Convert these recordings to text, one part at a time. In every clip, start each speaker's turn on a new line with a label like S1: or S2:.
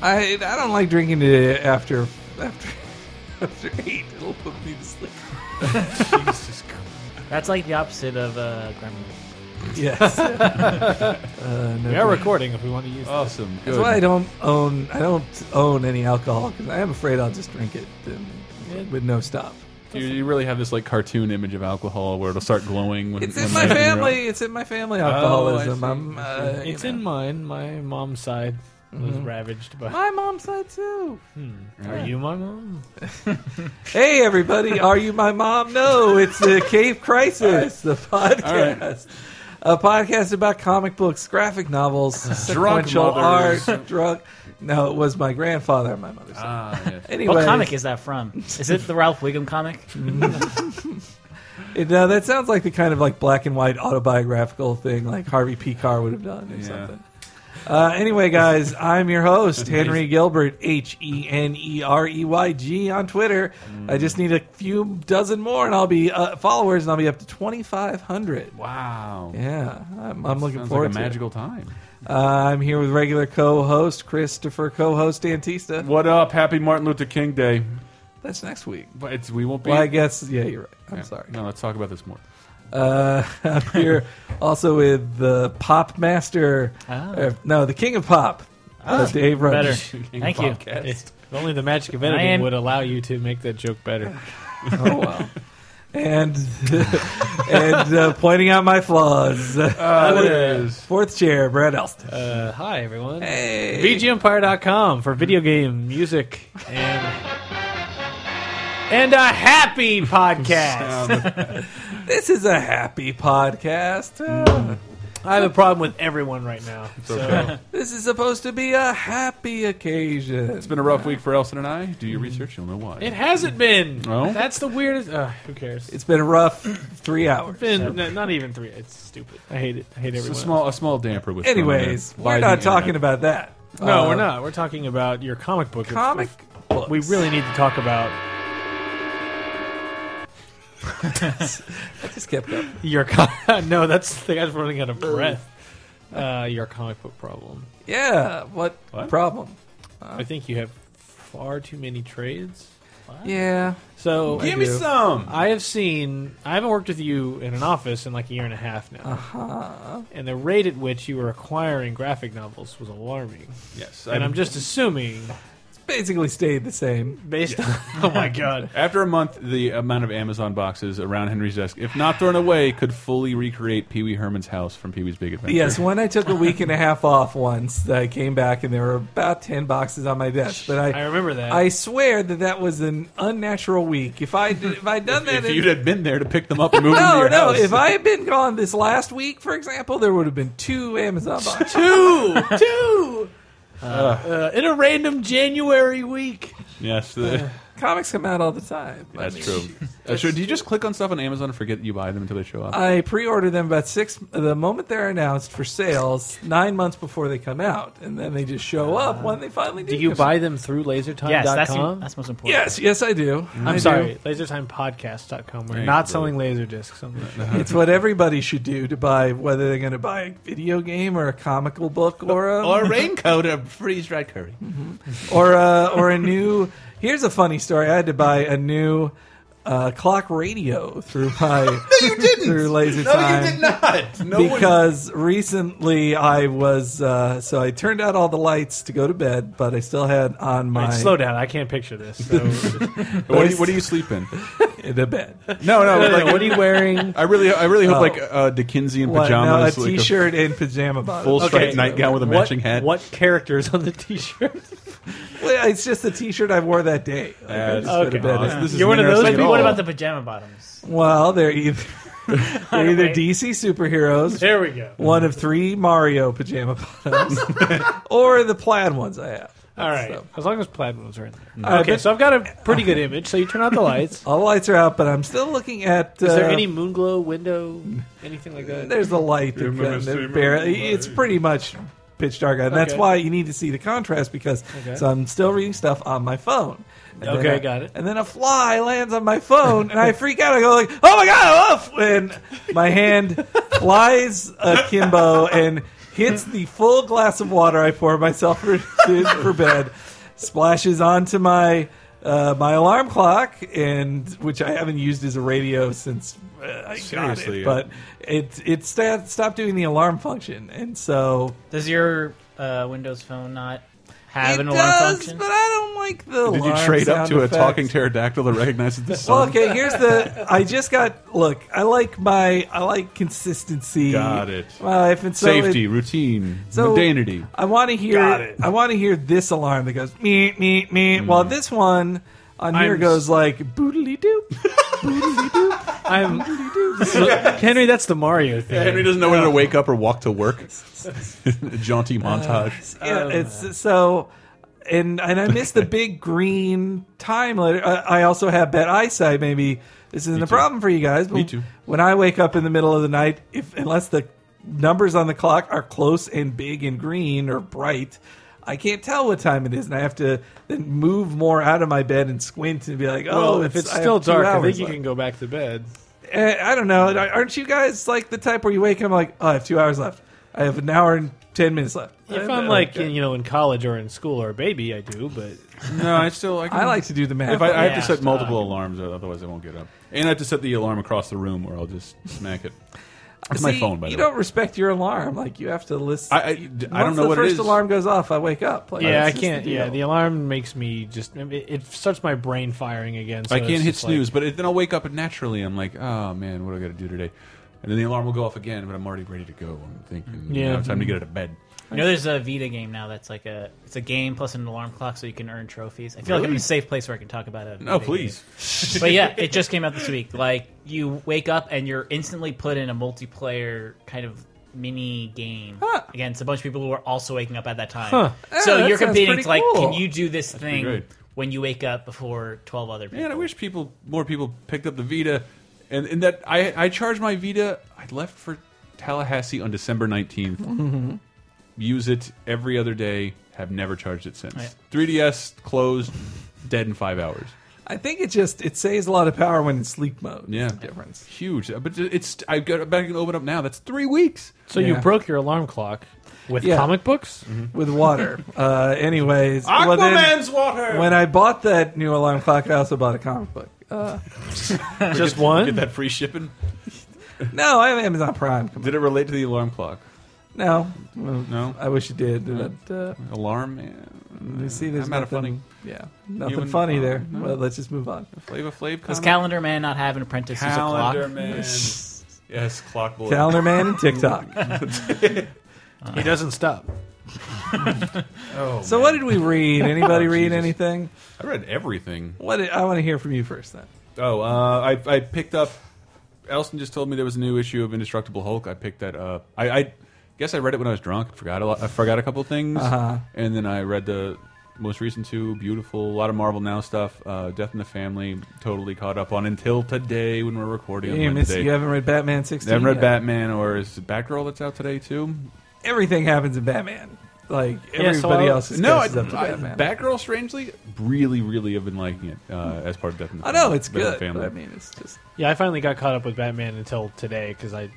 S1: I I don't like drinking it after after after eight. It'll put me to sleep.
S2: Jesus Christ.
S3: That's like the opposite of uh, gremlin.
S1: Yes. uh, no
S2: We are
S1: drink.
S2: recording if we want to
S1: Oh,
S2: use this.
S4: Awesome. Good.
S1: That's why I don't own I don't own any alcohol because I am afraid I'll just drink it and, with no stop.
S4: You, you really have this like cartoon image of alcohol where it'll start glowing when
S1: It's
S4: when
S1: in my
S4: you're out.
S1: family. It's in my family. Alcoholism. I'm. Uh, you
S2: It's in
S1: know.
S2: mine. My mom's side was
S3: Mm-hmm.
S2: ravaged by.
S1: my mom's side too.
S2: Are you my mom?
S1: Hey everybody, are you my mom? No, it's the Cave Crisis, the podcast. A podcast about comic books, graphic novels, sequential
S4: mothers.
S1: art, drug. No, it was my grandfather on my mother's side.
S4: Ah, yes.
S1: Anyway,
S3: What comic is that from? Is it the Ralph Wiggum comic?
S1: it, uh, that sounds like the kind of like black and white autobiographical thing like Harvey P. Carr would have done or
S4: Yeah.
S1: something. Uh, anyway, guys, I'm your host, Henry Gilbert, H E N E R E Y G on Twitter.
S4: Mm.
S1: I just need a few dozen more, and I'll be uh, followers, and I'll be up to 2,500.
S4: Wow.
S1: Yeah, I'm, I'm looking
S4: Sounds
S1: forward
S4: like a
S1: to
S4: magical time.
S1: it. Uh, I'm here with regular co-host Christopher, co-host Antista.
S4: What up? Happy Martin Luther King Day.
S1: That's next week.
S4: But it's, we won't be.
S1: Well, I guess yeah, you're right. I'm
S4: Yeah.
S1: sorry.
S4: No, let's talk about this more.
S1: Uh, I'm here also with the pop master.
S3: Ah.
S1: uh, no, the king of pop, uh,
S2: Ah,
S1: Dave Rudge.
S3: Better.
S4: King
S3: Thank you.
S4: podcast.
S2: If only the magic of editing
S3: am-
S2: would allow you to make that joke better.
S1: Oh wow. And and uh, pointing out my flaws. uh,
S4: Ah, there it is.
S1: Fourth chair, Brad Elston.
S2: Uh, hi, everyone.
S1: Hey.
S2: VGEmpire.com for video game, music, and and a happy podcast.
S4: Um,
S1: This is a happy podcast. Uh,
S2: Hmm. I have a problem with everyone right now. So
S4: okay.
S1: this is supposed to be a happy occasion.
S4: It's been a rough week for Elson and I. Do your research, you'll know why.
S2: it hasn't been.
S4: No?
S2: That's the weirdest. Uh, who cares? It's
S1: It's been a rough three hours.
S2: been no, not even three. It's stupid. I hate it. I hate
S4: It's
S2: everyone.
S4: a
S2: else.
S4: small, a small damper was. thrown in
S1: Anyways,
S4: by
S1: we're
S4: the
S1: not talking
S4: internet.
S1: about that.
S2: No,
S1: Uh,
S2: we're not. We're talking about your comic book. If-
S1: Comic
S2: if
S1: books.
S2: we really need to talk about
S1: I just kept up.
S2: your. Com- no, that's the guy's running out of breath. Uh, your comic book problem.
S1: Yeah, what,
S4: What?
S1: problem?
S2: I think you have far too many trades.
S1: Yeah.
S2: So
S4: Give me
S1: do.
S4: some.
S2: I have seen. I haven't worked with you in an office in like a year and a half now,
S1: Uh-huh.
S2: and the rate at which you were acquiring graphic novels was alarming.
S4: Yes,
S2: And I'm just assuming,
S1: It's basically stayed the same.
S2: based on oh my god,
S4: After a month, the amount of Amazon boxes around Henry's desk, if not thrown away, could fully recreate Pee Wee Herman's house from Pee Wee's Big Adventure.
S1: Yes, when I took a week and a half off once, I came back and there were about 10 boxes on my desk. But
S2: I
S1: I
S2: remember that.
S1: I swear that that was an unnatural week. If I if I'd done that
S4: If
S1: in-
S4: you'd had been there to pick them up and move them to
S1: No,
S4: your
S1: no.
S4: house,
S1: If I had been gone this last week, for example, there would have been two Amazon boxes.
S2: two, two. Uh, in a random January week,
S4: yes, the,
S1: Comics come out all the time.
S4: that's true. Uh, sure, do you just click on stuff on Amazon and forget that you buy them until they show up?
S1: I pre-order them about six the moment they're announced for sales, nine months before they come out, and then they just show up when they finally do.
S2: Ah. do you
S1: come out.
S2: buy them through LaserTime.com?
S3: Yes, that's the- that's most important.
S1: Yes, yes, I do.
S2: Mm-hmm. I'm sorry, LaserTimePodcast.com. We're
S4: Thank
S2: not
S4: you,
S2: selling laser discs. on the show.
S1: It's what everybody should do to buy, whether they're going to buy a video game or a comical book or a
S4: or a raincoat or freeze dried curry.
S1: or a, or a new. Here's a funny story. I had to buy a new uh, clock radio through my no, you didn't. through Laser Time.
S4: not. No
S1: because recently I was uh, so I turned out all the lights to go to bed, but I still had on my
S2: Wait, slow down. I can't picture this. So,
S4: What do, you, what do you sleep in?
S1: the bed.
S4: No, no.
S2: No, no,
S4: Like,
S2: what are you wearing?
S4: I really, I really hope
S1: Oh.
S4: like uh, Dickensian
S1: What, no, a
S4: pajamas, like
S1: t-shirt and pajama
S4: a
S1: bottoms.
S4: full striped
S2: Okay.
S4: nightgown with a
S2: What,
S4: matching hat.
S2: what characters on the T-shirt?
S1: Well, It's just the t-shirt I wore that day. Like, I
S4: Yeah,
S1: just
S4: that's-
S1: go to
S2: okay.
S1: bed
S4: Aw, this-
S1: in.
S4: this is
S2: You're one of
S4: interesting
S2: those
S4: at
S2: people-
S4: all.
S3: What about the pajama bottoms?
S1: Well, they're either they're either
S3: Wait.
S1: DC superheroes,
S2: There we go.
S1: one of three Mario pajama bottoms, or the plaid ones I have.
S2: All right.
S1: So,
S2: As long as plaid ones are in there.
S1: Uh,
S2: okay,
S1: but-
S2: so I've got a pretty good image. So you turn out the lights.
S1: all the lights are out, but I'm still looking at.
S2: Is there
S1: uh,
S2: any moon glow window? Anything like that?
S1: There's a light that,
S4: Remember
S1: that- that
S4: streamer?
S1: barely. It's pretty much pitch dark, and that's
S2: Okay.
S1: why you need to see the contrast because.
S2: Okay.
S1: So I'm still reading stuff on my phone. And then
S2: Okay,
S1: I-
S2: got it.
S1: And then a fly lands on my phone, and I freak out. I go like, "Oh my god!" I love-" And my hand flies akimbo and hits the full glass of water I pour myself for, for bed, splashes onto my uh, my alarm clock, and which I haven't used as a radio since uh, I
S4: Seriously.
S1: got it. But it it sta- stopped doing the alarm function, and so
S3: Does your uh, Windows phone not have
S1: it
S3: an alarm
S1: does.
S3: function?
S1: But I don't like the.
S4: Did you
S1: alarm
S4: trade up
S1: sound
S4: to a
S1: effect.
S4: talking pterodactyl that recognizes the
S1: Well,
S4: sun?
S1: okay. uh, Here's the. I just got. Look, I like my. I like consistency.
S4: Got it.
S1: in My life, and so it-
S4: Safety, routine,
S1: so-
S4: mundanity.
S1: I want to hear.
S2: Got it.
S1: I want to hear this alarm that goes me me me. While
S4: Hmm.
S1: this one on here
S2: I'm-
S1: goes like boodly doop.
S2: I'm Henry. That's the Mario thing.
S4: Henry doesn't know whether to wake up or walk to work.
S1: Uh,
S4: Jaunty montage.
S1: yeah,
S2: Oh,
S1: it's so. And and I miss the big green time letter. I, I also have bad eyesight. Maybe this isn't a
S4: too.
S1: problem for you guys. But
S4: Me too.
S1: When I wake up in the middle of the night, if unless the numbers on the clock are close and big and green or bright. I can't tell what time it is, and I have to then move more out of my bed and squint and be like, "Oh,
S2: well, if it's
S1: I have
S2: still
S1: two
S2: dark, I
S1: hours
S2: think you
S1: left.
S2: can go back to bed.
S1: Eh, I don't know. Aren't you guys like the type where you wake up like, oh, I have two hours left. I have an hour and ten minutes left.
S2: If I'm like in, you know in college or in school or a baby, I do. But
S4: No, I still. I, can,
S1: I like to do the math.
S4: If I, I have
S3: Yeah.
S4: to set multiple alarms, uh, otherwise I won't get up. And I have to set the alarm across the room, or I'll just smack it. That's my
S1: See,
S4: phone, by
S1: you
S4: the way.
S1: don't respect your alarm. Like you have to listen.
S4: I, I, I don't
S1: Once
S4: know
S1: the
S4: what
S1: first
S4: it is.
S1: alarm goes off, I wake up. Like,
S2: yeah, I
S1: that's just
S2: can't.
S1: the
S2: yeah,
S1: deal.
S2: the alarm makes me just it, it starts my brain firing again. So
S4: I
S2: it's
S4: can't hit
S2: just like-
S4: snooze, but it, then I'll wake up and naturally I'm like, oh man, what do I got to do today? And then the alarm will go off again, but I'm already ready to go. I'm thinking, yeah,
S2: Yeah.
S4: now it's time to get out of bed.
S3: You know, there's a Vita game now that's like a it's a game plus an alarm clock, so you can earn trophies. I feel like I'm in a safe place where I can talk about it.
S4: No, please.
S3: but yeah, it just came out this week. Like you wake up and you're instantly put in a multiplayer kind of mini game
S1: Huh.
S3: against a bunch of people who are also waking up at that time.
S2: Huh.
S1: Yeah,
S3: So
S1: that
S3: you're
S1: sounds
S3: competing.
S1: pretty
S3: It's like,
S1: cool.
S3: can you do this
S4: pretty
S3: thing
S4: great.
S3: when you wake up before twelve other people?
S4: Man, I wish people more people picked up the Vita, and, and that I I charged my Vita. I left for Tallahassee on December 19th Use it every other day. Have never charged it since.
S3: Right.
S4: 3ds closed, dead in five hours.
S1: I think it just it saves a lot of power when in sleep mode. is
S4: Yeah.
S1: the difference.
S4: Huge, but it's I got back and open up now. That's three weeks.
S2: So
S1: Yeah.
S2: you broke your alarm clock with
S1: Yeah.
S2: comic books?
S1: with water. uh, anyways, well, then-
S4: water.
S1: when I bought that new alarm clock, I also bought a comic book. Uh,
S2: Just
S4: Get
S2: one?
S4: that free shipping.
S1: no, I have Amazon Prime. Come on.
S4: Did it relate to the alarm clock?
S1: No, Uh,
S4: No.
S1: I wish it did. But, uh,
S4: Alarm. eh, Man.
S1: You see, there's
S4: I'm out of
S1: nothing,
S4: funny.
S1: Yeah, nothing
S4: Human-
S1: funny
S4: oh,
S1: there.
S4: no.
S1: Well, let's just move on.
S4: Flavor Flav.
S3: Does
S4: comment?
S3: Calendar Man not have an apprentice who's a clock?
S4: Calendar man. yes, clock boy.
S1: Calendar Man and TikTok.
S2: He doesn't stop.
S4: Oh,
S1: so, what did we read? Anybody read
S4: Jesus.
S1: anything?
S4: I read everything.
S1: What did, I want to hear from you first, then.
S4: Oh, uh, I I picked up. Elston just told me there was a new issue of Indestructible Hulk. I picked that up. I, I guess I read it when I was drunk. Forgot a lot. I forgot a couple things,
S1: Uh-huh.
S4: and then I read the most recent two. Beautiful, a lot of Marvel Now stuff. Uh, Death in the Family. Totally caught up on until today when we're recording. on
S1: You, miss,
S4: Wednesday.
S1: you haven't read Batman 16.
S4: I haven't read
S1: yet.
S4: Batman or is it Batgirl that's out today too?
S1: Everything happens in Batman. Like
S2: Yeah, so
S1: everybody
S2: I-
S1: else is
S4: no, I,
S1: catches up to
S4: I-
S1: Batman.
S4: Batgirl. Strangely, really, really have been liking it uh, as part of Death in the
S1: I
S4: Family.
S1: know it's
S4: Death in the
S1: good.
S4: Family.
S1: But I mean, it's just
S2: Yeah, I finally got caught up with Batman until today because I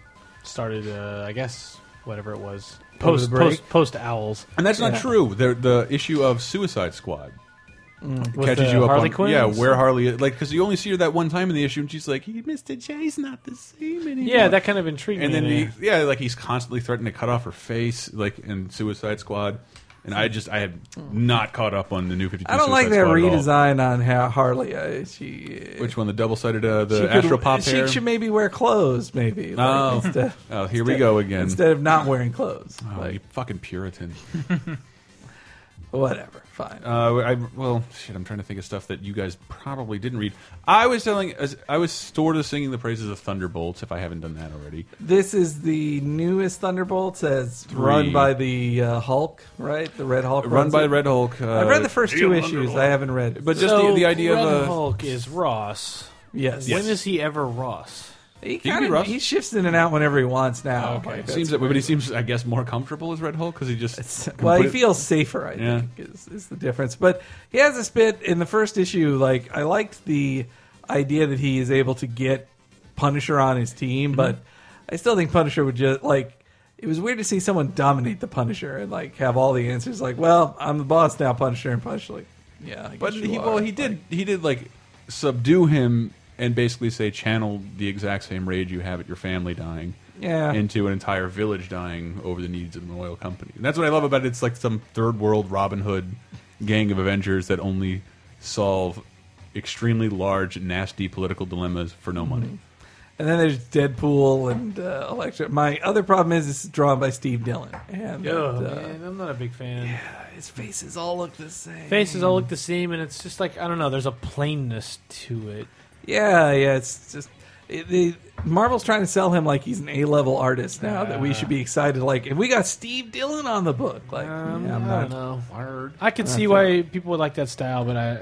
S2: started, uh, I guess, whatever it was,
S1: Over the
S2: post
S1: break?
S2: post post owls.
S4: And that's
S1: Yeah.
S4: not true. The, the issue of Suicide Squad
S2: With
S4: catches
S2: the
S4: you up
S2: Harley
S4: on
S2: Quinns?
S4: yeah, where Harley is- like because you only see her that one time in the issue, and she's like, "He, Mister J's not the same anymore."
S2: Yeah, that kind of intrigued
S4: and
S2: me.
S4: then he, yeah, like he's constantly threatening to cut off her face, like in Suicide Squad. And I just I have not caught up on the new Fifty Two.
S1: I don't like that
S4: Squad at all.
S1: redesign on how Harley. Uh, she
S4: Which one? The double sided, uh,
S1: she
S4: the
S1: could-
S4: Astro Pop
S1: She
S4: hair.
S1: should maybe wear clothes, maybe. like,
S4: Oh.
S1: instead,
S4: oh, here we go again.
S1: instead of not wearing clothes.
S4: Oh,
S1: like
S4: you fucking Puritan.
S1: whatever, fine.
S4: Uh, I well, shit. I'm trying to think of stuff that you guys probably didn't read. I was telling, as- I was sort of singing the praises of Thunderbolts. If I haven't done that already,
S1: This is the newest Thunderbolts, as
S4: Three.
S1: run by the uh, Hulk, right? The Red Hulk.
S4: run
S1: runs
S4: by
S1: it.
S4: Red Hulk. Uh,
S1: I've read the first two issues. I haven't read,
S4: but just the, the idea
S2: Red
S4: of uh,
S2: Hulk is Ross.
S1: yes,
S2: When is he ever Ross?
S1: he
S4: be
S1: kind of
S4: rough. Oh,
S1: he shifts in and out whenever he wants now.
S2: Okay.
S1: Like,
S4: seems
S1: Oh, that's-
S4: that, but he seems, I guess, more comfortable as Red Hulk because he just
S1: well, he
S4: complete-
S1: feels safer. I
S4: Yeah.
S1: think is, is the difference. But he has this bit in the first issue. Like I liked the idea that he
S4: Mm-hmm.
S1: is able to get Punisher on his team, but I still think Punisher would just like it was weird to see someone dominate the Punisher and like have all the answers. Like, well, I'm the boss now, Punisher, and Punisher. Like, yeah, I guess
S4: But
S1: you
S4: he,
S1: are.
S4: well, he did. He did like subdue him and basically say, channel the exact same rage you have at your family dying
S1: Yeah.
S4: into an entire village dying over the needs of an oil company. And that's what I love about it. It's like some third world Robin Hood gang of Avengers that only solve extremely large, nasty political dilemmas for no money.
S1: Mm-hmm. And then there's Deadpool and uh, Electra. My other problem is it's drawn by Steve Dillon, and
S2: Oh,
S1: uh,
S2: man, I'm not a big fan.
S1: his faces all look the same.
S2: Faces all look the same, and it's just like I don't know. There's a plainness to it.
S1: Yeah, yeah. It's just it, they, Marvel's trying to sell him like he's an A-level artist now that we should be excited. Like, if we got Steve Dillon on the book, like,
S2: Um,
S1: yeah, I'm
S2: I don't
S1: not.
S2: know. I can see why people would like that style, but I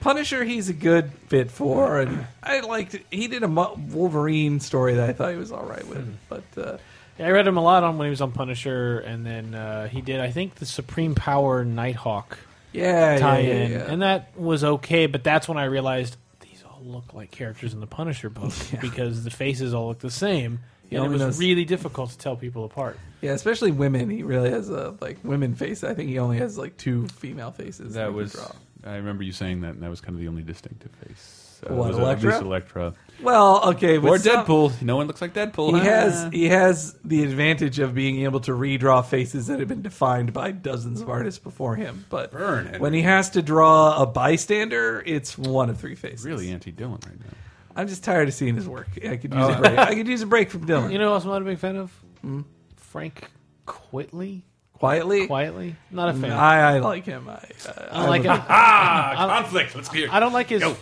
S1: Punisher, he's a good fit for, and I liked. He did a Mo- Wolverine story that I thought he was all right
S2: Hmm.
S1: with, but uh,
S2: yeah, I read him a lot on when he was on Punisher, and then uh, he did I think the Supreme Power Nighthawk
S1: yeah, yeah, yeah,
S2: tie-in,
S1: yeah.
S2: and that was okay. But that's when I realized these all look like characters in the Punisher book because the faces all look the same,
S1: He
S2: and
S1: only
S2: it was
S1: knows-
S2: really difficult to tell people apart.
S1: Yeah, especially women. He really has a like women face. I think he only has like two female faces. he
S4: That
S1: can
S4: was.
S1: draw.
S4: I remember you saying that, and that was kind of the only distinctive face. Uh,
S1: What,
S4: was
S1: Elektra?
S4: At least Elektra.
S1: well okay. but
S4: Or
S1: some-
S4: Deadpool. No one looks like Deadpool.
S1: He
S4: huh?
S1: has he has the advantage of being able to redraw faces that have been defined by dozens of artists before him. But
S4: Burn, Henry.
S1: when he has to draw a bystander, it's one of three faces.
S4: really anti Dylan right now.
S1: I'm just tired of seeing his work. I could
S4: Oh,
S1: use a break. I could use a break from Dylan.
S2: You know, who else I'm not a big fan of
S1: Hmm?
S2: Frank Quitely.
S1: quietly,
S2: Quietly, not a fan.
S1: I, I like him. I, uh, I,
S2: I don't like him.
S4: Ah, conflict. Let's get.
S2: I don't like his.
S4: Go.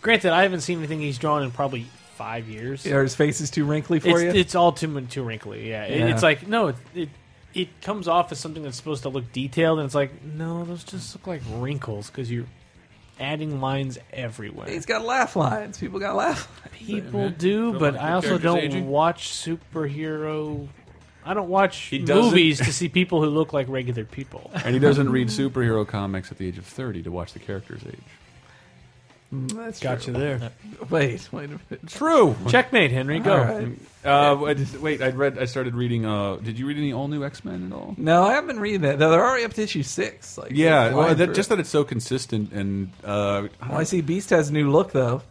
S2: Granted, I haven't seen anything he's drawn in probably five years.
S1: are his faces too wrinkly for
S2: it's,
S1: you?
S2: it's all too m- too wrinkly. Yeah, It-
S1: Yeah.
S2: it's like no, it, it it comes off as something that's supposed to look detailed, and it's like no, those just look like wrinkles because you're adding lines everywhere.
S1: He's got laugh lines. People got laugh. lines.
S2: People do,
S4: Don't
S2: but
S4: like
S2: I
S4: the
S2: also
S4: characters
S2: don't
S4: aging?
S2: watch superhero. I don't watch
S4: He doesn't-
S2: movies to see people who look like regular people.
S4: And he doesn't read superhero comics at the age of 30 to watch the character's age.
S1: Mm, That's
S2: Got you
S1: true.
S2: there.
S1: Wait, wait a minute.
S4: True.
S2: Checkmate, Henry. Go.
S1: All right.
S4: Uh, wait, wait, I read. I started reading. Uh, did you read any all new X Men at all?
S1: No, I haven't been reading that. Though they're already up to issue six. Like
S4: Yeah,
S1: they're
S4: well,
S1: flying
S4: that,
S1: through
S4: just
S1: it.
S4: that it's so consistent and uh,
S1: Well, I see Beast has a new look though.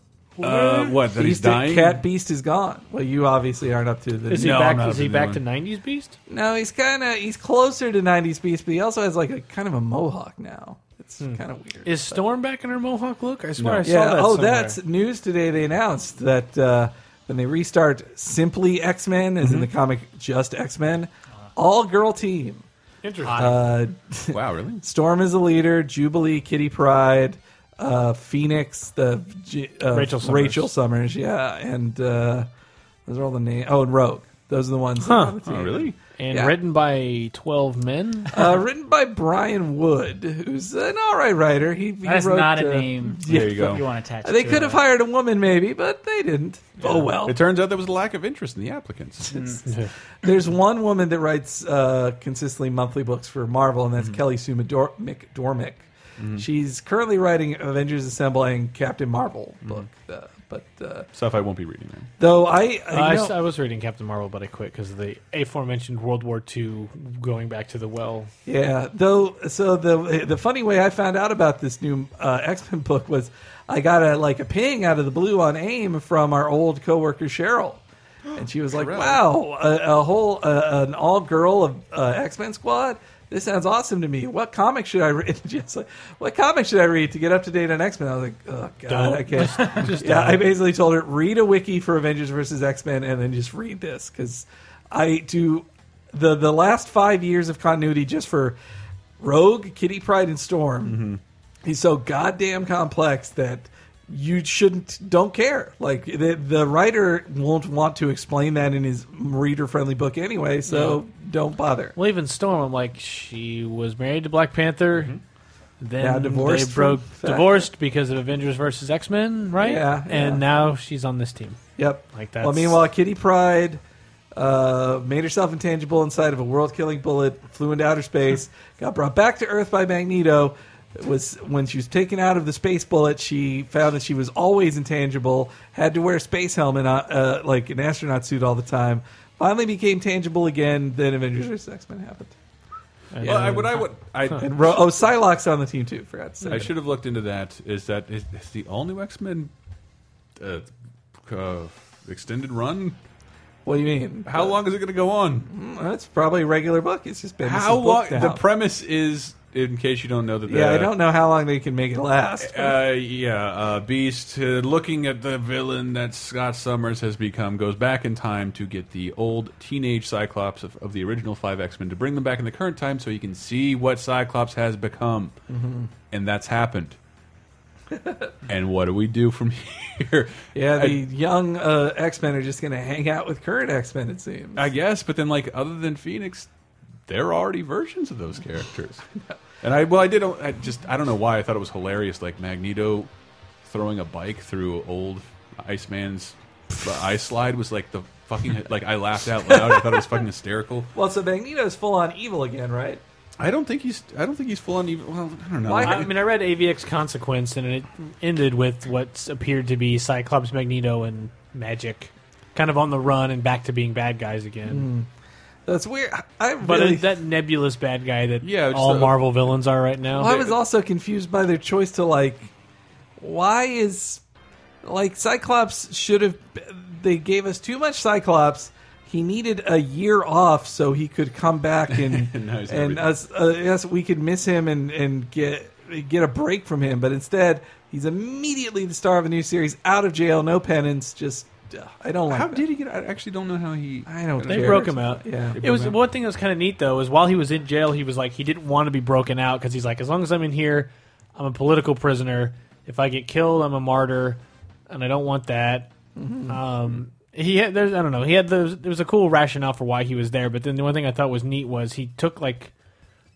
S4: uh, what that he's
S1: Beast,
S4: dying.
S1: Cat Beast is gone. Well, you obviously aren't up to the.
S2: Is he
S4: No, I'm
S2: back?
S4: not
S2: Is he
S4: the new
S2: back
S4: one.
S2: to '90s Beast?
S1: no, he's kind of he's closer to '90s Beast, but he also has like a kind of a mohawk now. It's
S4: Hmm.
S1: kind of weird.
S2: Is Storm back in her mohawk look? I swear
S4: No.
S2: I saw
S1: yeah.
S2: that.
S1: oh,
S2: somewhere.
S1: that's news today. They announced that uh, when they restart Simply X Men, as in
S4: Mm-hmm.
S1: the comic just X Men, all girl team.
S2: interesting.
S1: Uh,
S4: wow, really?
S1: Storm is the leader. Jubilee, Kitty Pride, uh, Phoenix, the G- uh,
S2: Rachel Summers.
S1: Rachel Summers, yeah, and uh, those are all the names. Oh, and Rogue. Those are the ones. that are on the
S4: Oh,
S1: team.
S4: really?
S2: and
S1: yeah.
S2: written by twelve men.
S1: Uh, written by Brian Wood, who's an all right writer. He, he
S3: That's
S1: wrote,
S3: not a
S1: uh,
S3: name.
S4: There you
S3: You
S4: go.
S3: want to attach?
S1: They
S3: to
S1: could
S3: it.
S1: have hired a woman, maybe, but they didn't. Oh well.
S4: It turns out there was a lack of interest in the applicants.
S3: Hmm.
S2: Uh,
S1: There's one woman that writes uh, consistently monthly books for Marvel, and that's Kelly Sue Mador- McDormick. She's currently writing Avengers Assemble and Captain Marvel book, uh, but uh,
S4: Stuff I won't be reading. Then.
S1: though I,
S2: Uh, I,
S1: I, you know,
S2: s- I was reading Captain Marvel, but I quit because of the aforementioned World War II going back to the well.
S1: yeah, though so the the funny way I found out about this new uh, X Men book was I got a like a ping out of the blue on AIM from our old coworker Cheryl. And she was like,
S4: Correct.
S1: "Wow, a, a whole uh, an all girl of uh, X Men squad. This sounds awesome to me. What comic should I read? Just like, what comic should I read to get up to date on X Men?" I was like, "Oh God,
S2: Don't.
S1: I can't." yeah, I basically told her read a wiki for Avengers versus X Men, and then just read this because I do the the last five years of continuity just for Rogue, Kitty Pride, and Storm he's so goddamn complex that you shouldn't don't care like the, the writer won't want to explain that in his reader friendly book anyway so don't bother
S2: Well, even Storm, I'm like, she was married to Black Panther.
S4: Mm-hmm.
S2: Then
S1: Now divorced
S2: they broke
S1: from-
S2: divorced because of Avengers versus X Men, right?
S1: Yeah,
S2: and
S1: yeah.
S2: now she's on this team.
S1: yep
S2: Like
S1: well
S2: that's-
S1: meanwhile kitty pride uh, made herself intangible inside of a world-killing bullet flew into outer space got brought back to earth by magneto It was when she was taken out of the space bullet she found that she was always intangible had to wear a space helmet uh, uh, like an astronaut suit all the time finally became tangible again. Then Avengers vs X Men happened.
S2: And
S4: Well, I,
S2: then-
S4: what I would, I,
S1: And Ro- oh, Psylocke's on the team too. Forgot to say.
S4: I should have looked into that. Is that is, is the all new X Men uh, uh, extended run?
S1: What do you mean?
S4: How long is it going to go on?
S1: That's probably a regular book. It's just been
S4: How long? The
S1: pre-
S4: premise is, in case you don't know, that the,
S1: yeah, I don't know how long they can make it last.
S4: Uh, yeah, uh, Beast, uh, looking at the villain that Scott Summers has become, goes back in time to get the old teenage Cyclops of, of the original five X Men to bring them back in the current time so you can see what Cyclops has become.
S1: Mm-hmm.
S4: And that's happened. and what do we do from here?
S1: yeah, the
S4: I-
S1: young uh, X Men are just going to hang out with current X Men. It seems.
S4: I guess, but then like other than Phoenix, there are already versions of those characters. and I well, I did. I just I don't know why I thought it was hilarious, like Magneto throwing a bike through old Iceman's ice slide was like the fucking like I laughed out loud. I thought it was fucking hysterical.
S1: well, so Magneto's full on evil again, right?
S4: I don't think he's I don't think he's full on even. Well, I don't know.
S1: Why-
S2: I mean, I read AVX Consequence, and it ended with what appeared to be Cyclops, Magneto, and Magic, kind of on the run and back to being bad guys again.
S1: That's weird. I- I
S2: But
S1: Hmm.
S2: uh,
S1: really.
S2: that nebulous bad guy that
S4: Yeah, just
S2: all
S4: the-
S2: Marvel villains are right now.
S1: well, I was also confused by their choice to like. Why is like Cyclops should have? They gave us too much Cyclops. He needed a year off so he could come back and
S4: No, he's
S1: and
S4: not-
S1: us uh, yes we could miss him and and get get a break from him. But instead, he's immediately the star of a new series, out of jail, no penance. Just uh, I don't like.
S4: how
S1: that.
S4: did he get? I actually don't know how he.
S1: I don't.
S2: They
S1: care.
S2: broke him out.
S1: Yeah.
S2: It was one thing that was kind of neat though is while he was in jail, he was like he didn't want to be broken out because he's like, as long as I'm in here, I'm a political prisoner. If I get killed, I'm a martyr, and I don't want that. Um, he had there's I don't know he had those there was a cool rationale for why he was there, but then the one thing I thought was neat was he took like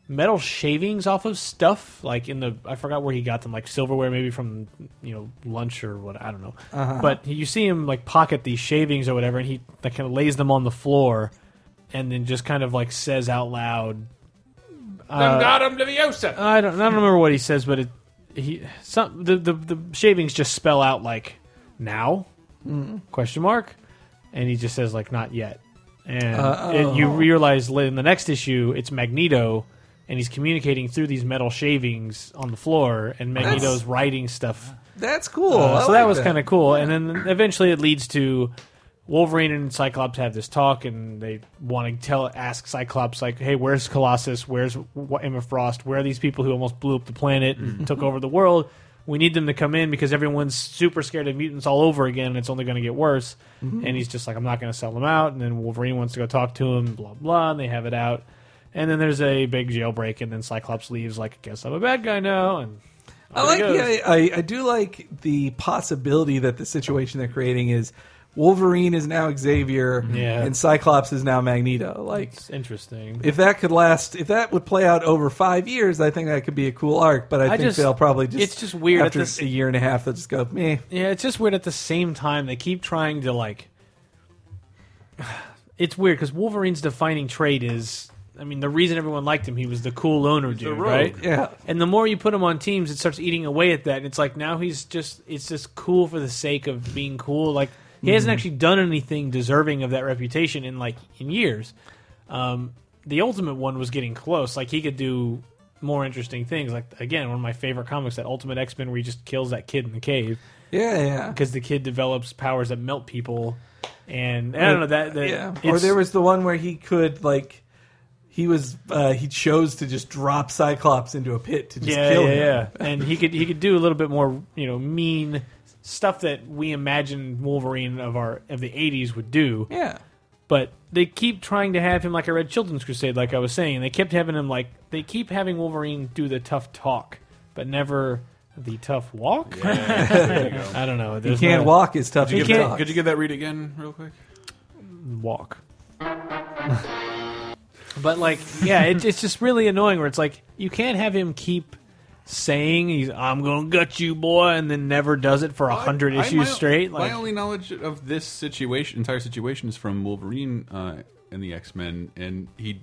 S2: metal shavings off of stuff like in the I forgot where he got them like silverware maybe from you know lunch or what I don't know but you see him like pocket these shavings or whatever and he like kind of lays them on the floor and then just kind of like says out loud
S4: uh,
S2: I don't I don't remember what he says but it he some the the, the shavings just spell out like now question mark and he just says like not yet and it, you realize la- in the next issue it's magneto and he's communicating through these metal shavings on the floor and magneto's writing stuff
S1: That's cool.
S2: uh,
S1: Oh, I
S2: so that
S1: like
S2: was kind of cool and then eventually it leads to wolverine and cyclops have this talk and they want to tell ask cyclops like hey where's colossus where's Wa- emma frost where are these people who almost blew up the planet
S1: Mm-hmm.
S2: and took over the world we need them to come in because everyone's super scared of mutants all over again and it's only going to get worse
S1: Mm-hmm.
S2: and he's just like i'm not going to sell them out and then wolverine wants to go talk to him blah blah and they have it out and then there's a big jailbreak and then cyclops leaves like i guess i'm a bad guy now and
S1: I
S2: on
S1: like
S2: it goes.
S1: the, I, I do like the possibility that the situation they're creating is Wolverine is now Xavier
S2: Yeah.
S1: and Cyclops is now Magneto. Like
S2: it's interesting
S1: if that could last, if that would play out over five years, I think that could be a cool arc. But I,
S2: I
S1: think
S2: just-
S1: they'll probably just
S2: it's just weird at
S1: after
S2: this-
S1: a year and a half they'll just go meh.
S2: Yeah, it's just weird. At the same time, they keep trying to like. It's weird because Wolverine's defining trait is, I mean, the reason everyone liked him, he was the cool loner dude,
S4: rogue.
S2: right?
S1: Yeah,
S2: And the more you put him on teams, it starts eating away at that. And it's like now he's just, it's just cool for the sake of being cool. Like he hasn't actually done anything deserving of that reputation in like in years. Um, the ultimate one was getting close. Like he could do more interesting things. Like again, one of my favorite comics, that Ultimate X Men, where he just kills that kid in the cave
S1: yeah, yeah.
S2: because the kid develops powers that melt people, and I don't know that. that
S1: yeah. Or
S2: it's-
S1: there was the one where he could like he was uh, he chose to just drop Cyclops into a pit to just
S2: yeah,
S1: kill
S2: yeah,
S1: him.
S2: yeah, and he could he could do a little bit more you know mean stuff that we imagine Wolverine of our of the '80s would do,
S1: yeah.
S2: but they keep trying to have him like I read Children's Crusade, like I was saying, and they kept having him like they keep having Wolverine do the tough talk, but never the tough walk.
S4: There you go.
S2: I don't know.
S1: He can't walk. It's tough.
S4: Could you
S1: to
S4: give
S1: talk.
S4: that- could you give that read again, real quick?
S2: walk. but like, yeah, it, it's just really annoying. Where it's like you can't have him keep saying he's "I'm gonna gut you, boy," and then never does it for a hundred
S4: I- I-
S2: issues
S4: my-
S2: straight.
S4: my
S2: Like,
S4: only knowledge of this situation, entire situation, is from Wolverine uh, and the X Men, and he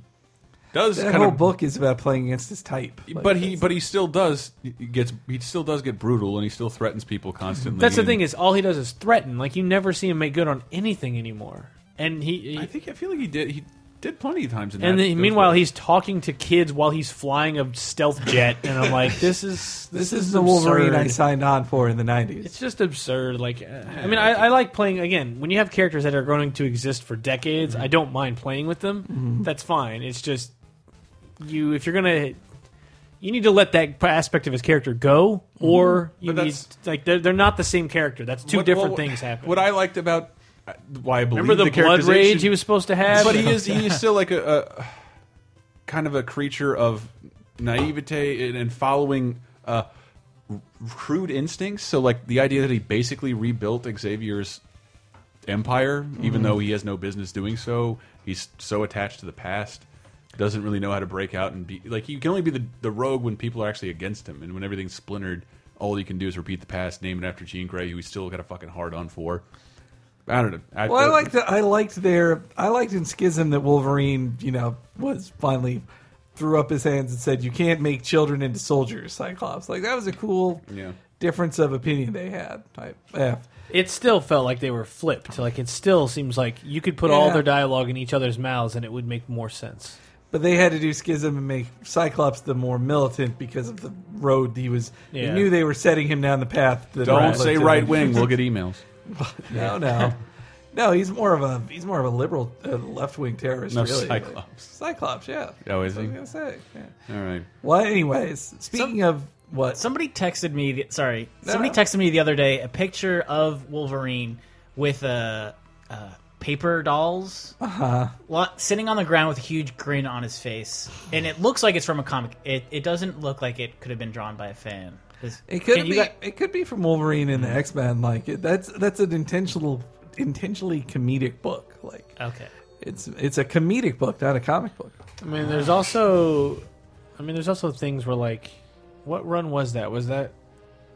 S4: does
S1: That
S4: kind
S1: whole
S4: of,
S1: book is about playing against his type. Like,
S4: but he but he still does he gets he still does get brutal, and he still threatens people constantly.
S2: that's the
S4: and-
S2: thing is all he does is threaten. Like you never see him make good on anything anymore. and he, he-
S4: I think I feel like he did. He did plenty of times. In
S2: and
S4: that,
S2: then,
S4: those
S2: meanwhile
S4: roles.
S2: he's talking to kids while he's flying a stealth jet, and I'm like, this is this,
S1: This is the Wolverine I
S2: absurd.
S1: signed on for in the 90s.
S2: It's just absurd. Like, uh, I mean, I, I like playing again when you have characters that are going to exist for decades. I don't mind playing with them.
S4: Mm-hmm.
S2: That's fine. It's just you if you're gonna, you need to let that p- aspect of his character go, or you
S4: Mm-hmm. But
S2: need
S4: that's-
S2: like they're, they're not the same character. That's two
S4: What-
S2: different
S4: what-
S2: things happen.
S4: What I liked about uh, why I believe
S2: Remember the, blood
S4: characterization-
S2: rage he was supposed to have?
S4: but he is he is still like a, a kind of a creature of naivete and, and following uh, crude instincts. So like the idea that he basically rebuilt Xavier's empire,
S1: Mm-hmm.
S4: even though he has no business doing so. He's so attached to the past, doesn't really know how to break out and be like you can only be the, the rogue when people are actually against him, and when everything's splintered. All you can do is repeat the past, name it after Jean Grey, who he's still got a fucking hard on for. I don't know.
S1: Well, I liked I liked their I liked in Schism that Wolverine, you know, was finally threw up his hands and said, "You can't make children into soldiers." Cyclops, like that was a cool
S4: Yeah.
S1: difference of opinion they had. I, yeah.
S2: it still felt like they were flipped. Like it still seems like you could put all
S1: Yeah.
S2: their dialogue in each other's mouths, and it would make more sense.
S1: But they had to do Schism and make Cyclops the more militant because of the road he was. They
S2: Yeah.
S1: knew they were setting him down the path. That
S4: Don't
S1: led
S4: say
S1: to-
S4: right wing. We'll get emails.
S1: No, no, no. He's more of a he's more of a liberal uh, left wing terrorist.
S4: No,
S1: really.
S4: Cyclops.
S1: Cyclops, yeah.
S4: Oh, is
S1: That's what
S4: he?
S1: I was gonna say. Yeah.
S4: All right.
S1: Well, anyways, speaking of what,
S3: Somebody texted me. The, sorry,
S1: No,
S3: somebody
S1: no.
S3: texted me the other day a picture of Wolverine with a, uh paper dolls
S1: Uh-huh.
S3: lo- sitting on the ground with a huge grin on his face, and it looks like it's from a comic. It it doesn't look like it could have been drawn by a fan. Is-
S1: it
S3: can
S1: could
S3: you
S1: be,
S3: guy-
S1: it could be from Wolverine and the
S4: Mm-hmm.
S1: X Men. Like it, that's that's an intentional, intentionally comedic book. Like
S3: okay.
S1: it's it's a comedic book, not a comic book.
S2: I mean, there's also, I mean, there's also things where like, what run was that? Was that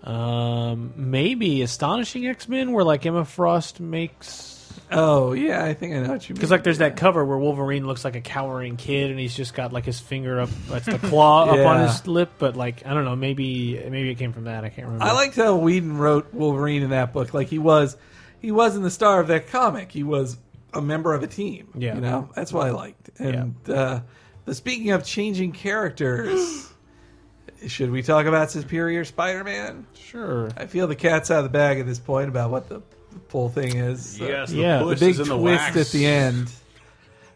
S2: um, maybe Astonishing X Men, where like Emma Frost makes
S1: Oh yeah, I think I know what you mean.
S2: because like there's that cover where Wolverine looks like a cowering kid, and he's just got like his finger up, like the claw up on
S1: Yeah.
S2: his lip. But like, I don't know, maybe maybe it came from that. I can't remember.
S1: I liked how Whedon wrote Wolverine in that book. Like he was, he wasn't the star of that comic. He was a member of a team.
S2: Yeah.
S1: you know that's what I liked. And uh, the speaking of changing characters, should we talk about Superior Spider-Man?
S2: sure.
S1: I feel the cat's out of the bag at this point about what the whole thing is.
S4: Yes, the
S2: Yeah.
S4: push
S1: the big
S4: is in the
S1: twist
S4: wax.
S1: at the end.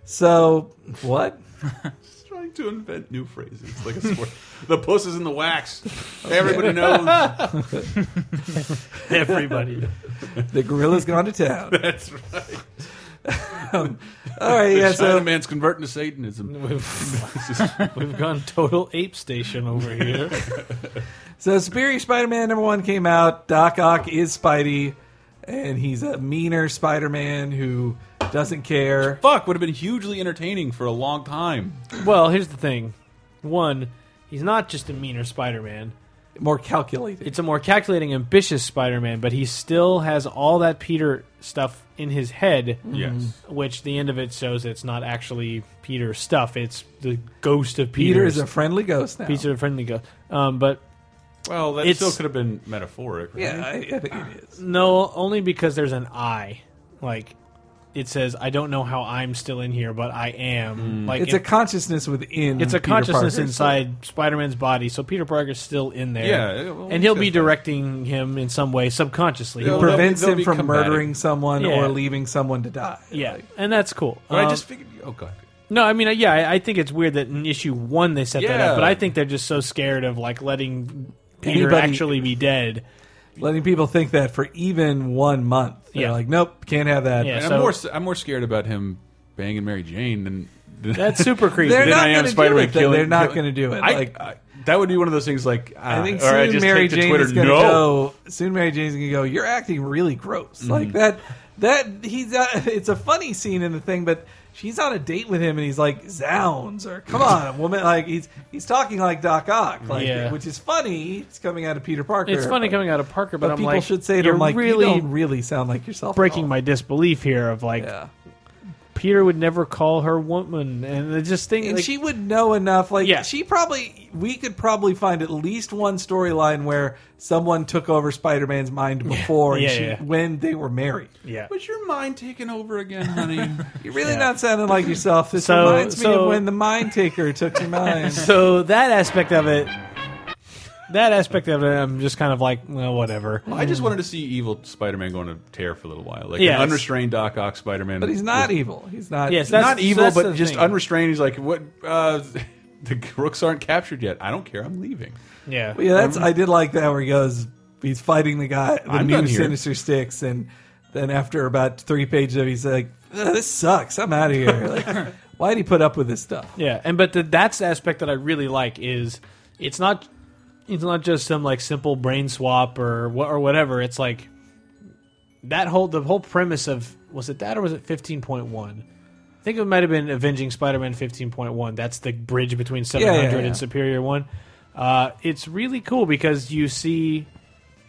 S1: So what?
S4: Trying to invent new phrases like a sport. the puss is in the wax. Everybody knows.
S2: Everybody.
S1: The gorilla's gone to town.
S4: That's right.
S1: All right, yeah. So
S4: Chinaman's converting to Satanism. This is-
S2: We've gone total ape station over here.
S1: So Superior Spider-Man number one came out. Doc Ock is Spidey, and he's a meaner Spider-Man who doesn't care.
S4: Fuck would have been hugely entertaining for a long time.
S2: well, here's the thing. One, he's not just a meaner Spider-Man.
S1: More calculated.
S2: it's a more calculating, ambitious Spider-Man, but he still has all that Peter stuff in his head.
S4: Yes.
S2: Which the end of it shows it's not actually Peter stuff; it's the ghost of
S1: Peter
S2: Peter's
S1: is a friendly ghost now.
S2: Peter friendly ghost. Um, but
S4: Well, that
S2: It's-
S4: still could have been metaphoric. Right?
S1: yeah, I, I think it is.
S2: no, only because there's an I. Like it says, I don't know how I'm still in here, but I
S4: Hmm.
S2: am. Like
S1: It's a
S2: it-
S1: consciousnly within.
S2: it's a
S1: Peter
S2: consciousness
S1: Parker.
S2: inside Spider-Man's body, so Peter Parker's still in there.
S4: Yeah, it- well,
S2: and he'll
S4: it
S2: be
S4: says that.
S2: directing him in some way, subconsciously.
S4: Yeah,
S1: It
S4: well, they'll be-
S1: prevents
S4: they'll
S1: him
S4: be
S1: from
S4: combating.
S1: murdering someone
S2: Yeah.
S1: or leaving someone to die.
S2: Yeah,
S1: Like,
S2: and that's cool.
S4: But I
S2: Um,
S4: just figured. Oh god.
S2: No, I mean, uh, yeah, I, I think it's weird that in issue one they set that
S4: Yeah.
S2: up, but I think they're just so scared of like letting Peter
S1: Anybody-
S2: actually be dead.
S1: letting people think that for even one month, they're
S2: Yeah.
S1: like, nope, can't have that.
S2: Yeah.
S4: And
S2: so-
S4: I'm more. s- I'm more scared about him banging Mary Jane than. than
S2: That's super creepy.
S1: They're
S4: than
S1: not
S4: I am
S1: gonna do
S4: Spider-Man
S1: it, though.
S4: killing.
S1: They're not
S4: killing-
S1: gonna do it.
S4: I-
S1: Like-
S4: I- that would be one of those things. Like
S2: Uh,
S1: I think
S4: ah, all
S1: soon
S4: right, just
S1: Mary
S4: take to
S1: Jane
S4: Twitter.
S1: is going to
S4: no.
S1: go. Soon Mary Jane's going to go. You're acting really gross.
S2: Mm-hmm.
S1: Like that. That he's. Uh, it's a funny scene in the thing, but she's on a date with him, and he's like, "Zounds," or "Come on, woman." Like he's he's talking like Doc Ock, like
S2: Yeah.
S1: which is funny. It's coming out of Peter Parker.
S2: it's funny
S1: but-
S2: coming out of Parker, but,
S1: but
S2: I'm
S1: people
S2: like,
S1: should say to
S2: you're
S1: him, like,
S2: really
S1: "You don't really sound like yourself." at
S2: breaking
S1: all."
S2: my disbelief here of like
S1: Yeah.
S2: Peter would never call her woman, and it's just thing.
S1: And
S2: like,
S1: she would know enough. Like
S2: Yeah.
S1: she probably, we could probably find at least one storyline where someone took over Spider-Man's mind before,
S2: Yeah,
S1: and she,
S2: yeah.
S1: when they were married.
S2: yeah.
S4: Was your mind taken over again, honey?
S1: You're really not sounding like yourself. This
S2: So-
S1: reminds me
S2: so-
S1: of when the mind taker took your mind.
S2: So that aspect of it, that aspect of it, I'm just kind of like, well, whatever.
S4: I just wanted to see evil Spider-Man going to tear for a little while, like
S2: Yes.
S4: an unrestrained Doc Ock Spider-Man.
S1: but he's not
S4: with-
S1: evil. He's not.
S2: Yes,
S4: not
S2: that's-
S4: evil,
S2: that's
S4: but
S2: the
S4: just
S2: thing.
S4: unrestrained. He's like, what? Uh, the crooks aren't captured yet. I don't care. I'm leaving.
S2: Yeah.
S1: yeah, that's. I did like that where he goes. He's fighting the guy, the
S4: I'm
S1: new
S4: done here.
S1: Sinister Six, and then after about three pages of, it, he's like, "Ugh, "This sucks. I'm out of here." Like, why would he put up with this stuff?
S2: Yeah, and but the, that's the aspect that I really like is it's not it's not just some like simple brain swap or what or whatever. It's like that whole the whole premise of was it that or was it fifteen point one? I think it might have been Avenging Spider-Man fifteen point one. That's the bridge between seven
S1: yeah,
S2: hundred
S1: yeah.
S2: and Superior One. Uh, it's really cool because you see,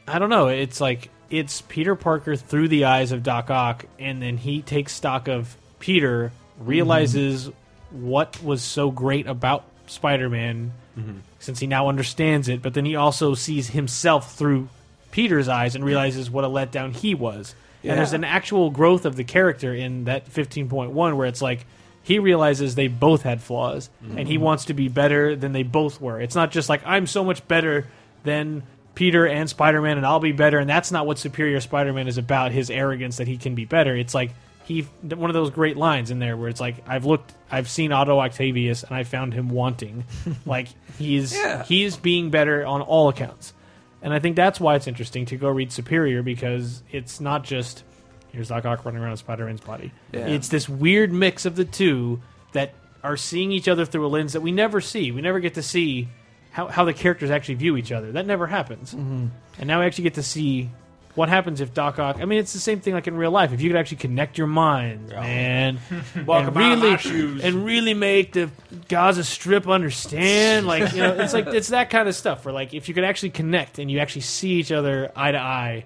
S2: I don't know, it's like it's Peter Parker through the eyes of Doc Ock, and then he takes stock of Peter, realizes what was so great about Spider-Man since he now understands it, but then he also sees himself through Peter's eyes and realizes what a letdown he was.
S1: Yeah.
S2: And there's an actual growth of the character in that 15.1 where it's like he realizes they both had flaws and he wants to be better than they both were. It's not just like I'm so much better than Peter and Spider-Man and I'll be better and that's not what superior Spider-Man is about his arrogance that he can be better. It's like he one of those great lines in there where it's like I've looked I've seen Otto Octavius and I found him wanting. like he's
S1: Yeah.
S2: he's being better on all accounts. And I think that's why it's interesting to go read Superior because it's not just here's Doc Ock running around in Spider Man's body.
S1: Yeah.
S2: It's this weird mix of the two that are seeing each other through a lens that we never see. We never get to see how, how the characters actually view each other. That never happens. And now we actually get to see what happens if Doc Ock. I mean, it's the same thing like in real life. If you could actually connect your minds, man,
S4: Oh. Walk about
S2: and
S4: in my
S2: really,
S4: shoes.
S2: and really make the Gaza Strip understand, like you know, it's like it's that kind of stuff. Where like if you could actually connect and you actually see each other eye to eye,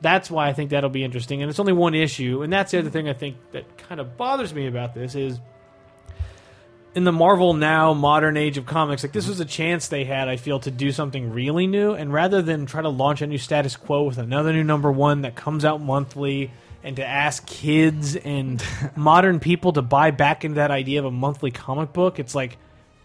S2: that's why I think that'll be interesting. And it's only one issue, and that's the other thing I think that kind of bothers me about this is in the Marvel now modern age of comics, like this was a chance they had, I feel, to do something really new. And rather than try to launch a new status quo with another new number one that comes out monthly, and to ask kids and modern people to buy back into that idea of a monthly comic book, it's like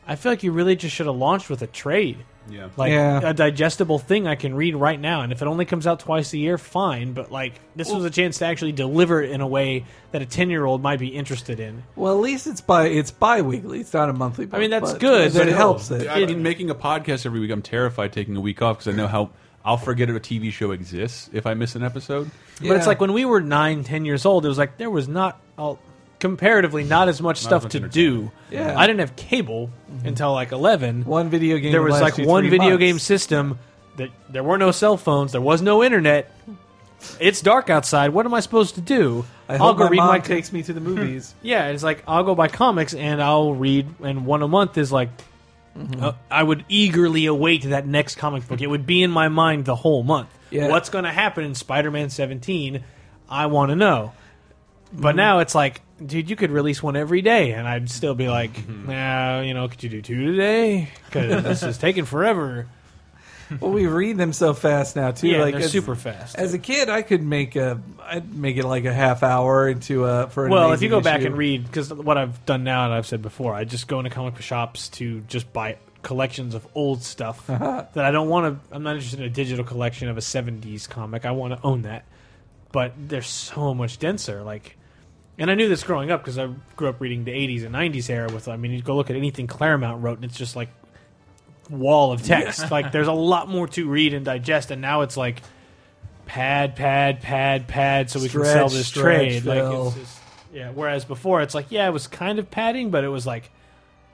S2: I feel like you really just should have launched with a trade
S4: Yeah.
S2: like
S1: Yeah.
S2: a digestible thing I can read right now. And if it only comes out twice a year, fine. But like this was a chance to actually deliver it in a way that a ten year old might be interested in.
S1: Well, at least it's bi it's bi-weekly. It's not a monthly. Book,
S2: I mean, that's
S1: but-
S2: good,
S1: That
S2: but-
S1: helps it.
S4: I mean, making a podcast every week, I'm terrified taking a week off because I know how I'll forget a TV show exists if I miss an episode.
S2: But
S1: Yeah.
S2: it's like when we were nine, ten years old, it was like there was not all, comparatively not as much stuff
S4: much
S2: to do.
S4: entertainment.
S1: Yeah. Mm-hmm.
S2: I didn't have cable until like eleven.
S1: one video game.
S2: there
S1: would
S2: was
S1: last
S2: like
S1: you
S2: one
S1: three
S2: video
S1: months.
S2: game system that there were no cell phones, there was no internet. It's dark outside. What am I supposed to do?
S1: I
S2: I'll
S1: hope
S2: go
S1: my
S2: read
S1: mom
S2: my
S1: takes me to the movies.
S2: Yeah, it's like I'll go buy comics and I'll read, and one a month is like
S1: Mm-hmm.
S2: uh, I would eagerly await that next comic book. It would be in my mind the whole month.
S1: Yeah.
S2: What's going to happen in Spider Man 17? I want to know.
S1: Mm-hmm.
S2: But now it's like, dude, you could release one every day, and I'd still be like,
S1: Mm-hmm.
S2: nah, you know, could you do two today? Because this is taking forever.
S1: well, we read them so fast now too.
S2: Yeah, and
S1: like
S2: they're
S1: as-
S2: super fast.
S1: As a kid, I could make a, I'd make it like a half hour into a for. An
S2: Well, if you
S1: amazing
S2: go back
S1: issue.
S2: and read, because what I've done now and I've said before, I just go into comic book shops to just buy collections of old stuff
S1: Uh-huh.
S2: that I don't want to. I'm not interested in a digital collection of a '70s comic. I want to own that, but they're so much denser. Like, and I knew this growing up because I grew up reading the '80s and '90s era. With I mean, you go look at anything Claremont wrote, and it's just like wall of text. like, there's a lot more to read and digest, and now it's like. Pad, pad, pad, pad, so we can sell
S1: Stretch,
S2: this
S1: stretch,
S2: trade. Like
S1: Phil.
S2: it's just, yeah. Whereas before, it's like, yeah, it was kind of padding, but it was like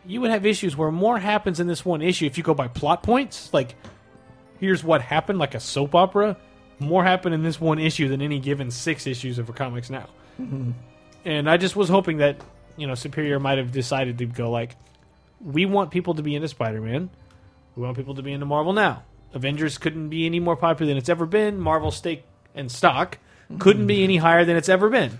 S2: you would have issues where more happens in this one issue if you go by plot points. Like, here's what happened, like a soap opera. More happened in this one issue than any given six issues of a comics now. And I just was hoping that you know Superior might have decided to go like, we want people to be into Spider-Man. We want people to be into Marvel now. Avengers couldn't be any more popular than it's ever been. Marvel stake and stock couldn't be any higher than it's ever been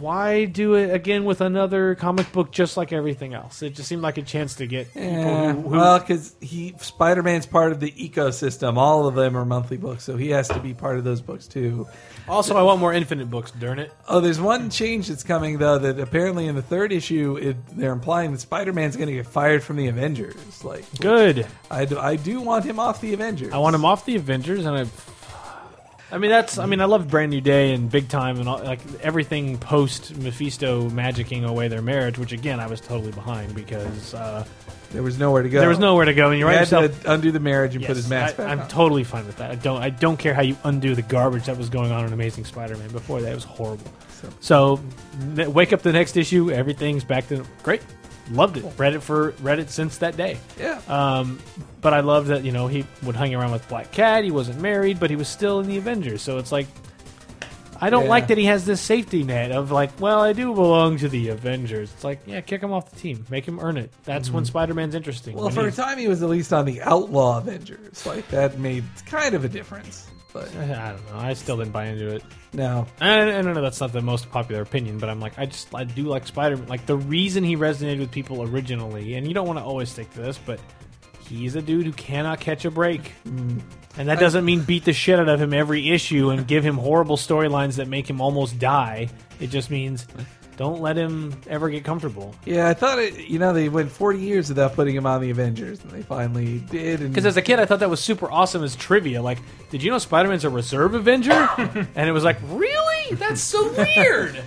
S2: why do it again with another comic book just like everything else? It just seemed like a chance to get people
S1: Yeah.
S2: who, who
S1: Eh, Well, because he Spider Man's part of the ecosystem. All of them are monthly books, so he has to be part of those books too.
S2: also I want more infinite books, darn it.
S1: Oh, there's one change that's coming though. That apparently in the third issue, it, they're implying that Spider Man's going to get fired from the Avengers. Like,
S2: Good.
S1: I do, I do want him off the Avengers.
S2: I want him off the Avengers and I I mean that's I mean I love Brand New Day and Big Time and all, like everything post Mephisto magicking away their marriage, which again I was totally behind because uh,
S1: There was nowhere to go.
S2: there was nowhere to go and
S1: He
S2: you write
S1: had
S2: yourself
S1: to undo the marriage and put
S2: Yes,
S1: his mask
S2: I,
S1: back
S2: I'm
S1: on.
S2: totally fine with that. I don't. I don't care how you undo the garbage that was going on in Amazing Spider-Man before that. It was horrible.
S1: So-
S2: So, ne- wake up the next issue, everything's back to great. Loved it. Read it for read it since that day.
S1: yeah.
S2: Um, but I loved that you know he would hang around with Black Cat. He wasn't married, but he was still in the Avengers. So it's like. I don't
S1: Yeah.
S2: like that he has this safety net of like, well, I do belong to the Avengers. It's like, yeah, kick him off the team, make him earn it. That's when Spider-Man's interesting.
S1: Mm-hmm. well,
S2: when
S1: for a
S2: he's-
S1: time, he was at least on the Outlaw Avengers. Like that made kind of a difference. But
S2: I don't know. I still didn't buy into it.
S1: no,
S2: I, I don't know. That's not the most popular opinion, but I'm like, I just I do like Spider Man. Like the reason he resonated with people originally, and you don't want to always stick to this, but he's a dude who cannot catch a break, and that doesn't mean beat the shit out of him every issue and give him horrible storylines that make him almost die. It just means don't let him ever get comfortable.
S1: yeah, I thought it. You know, they went 40 years without putting him on the Avengers, and they finally did. And
S2: Because as a kid, I thought that was super awesome as trivia. Like, did you know Spider Man's a reserve Avenger? and it was like, really? That's so weird.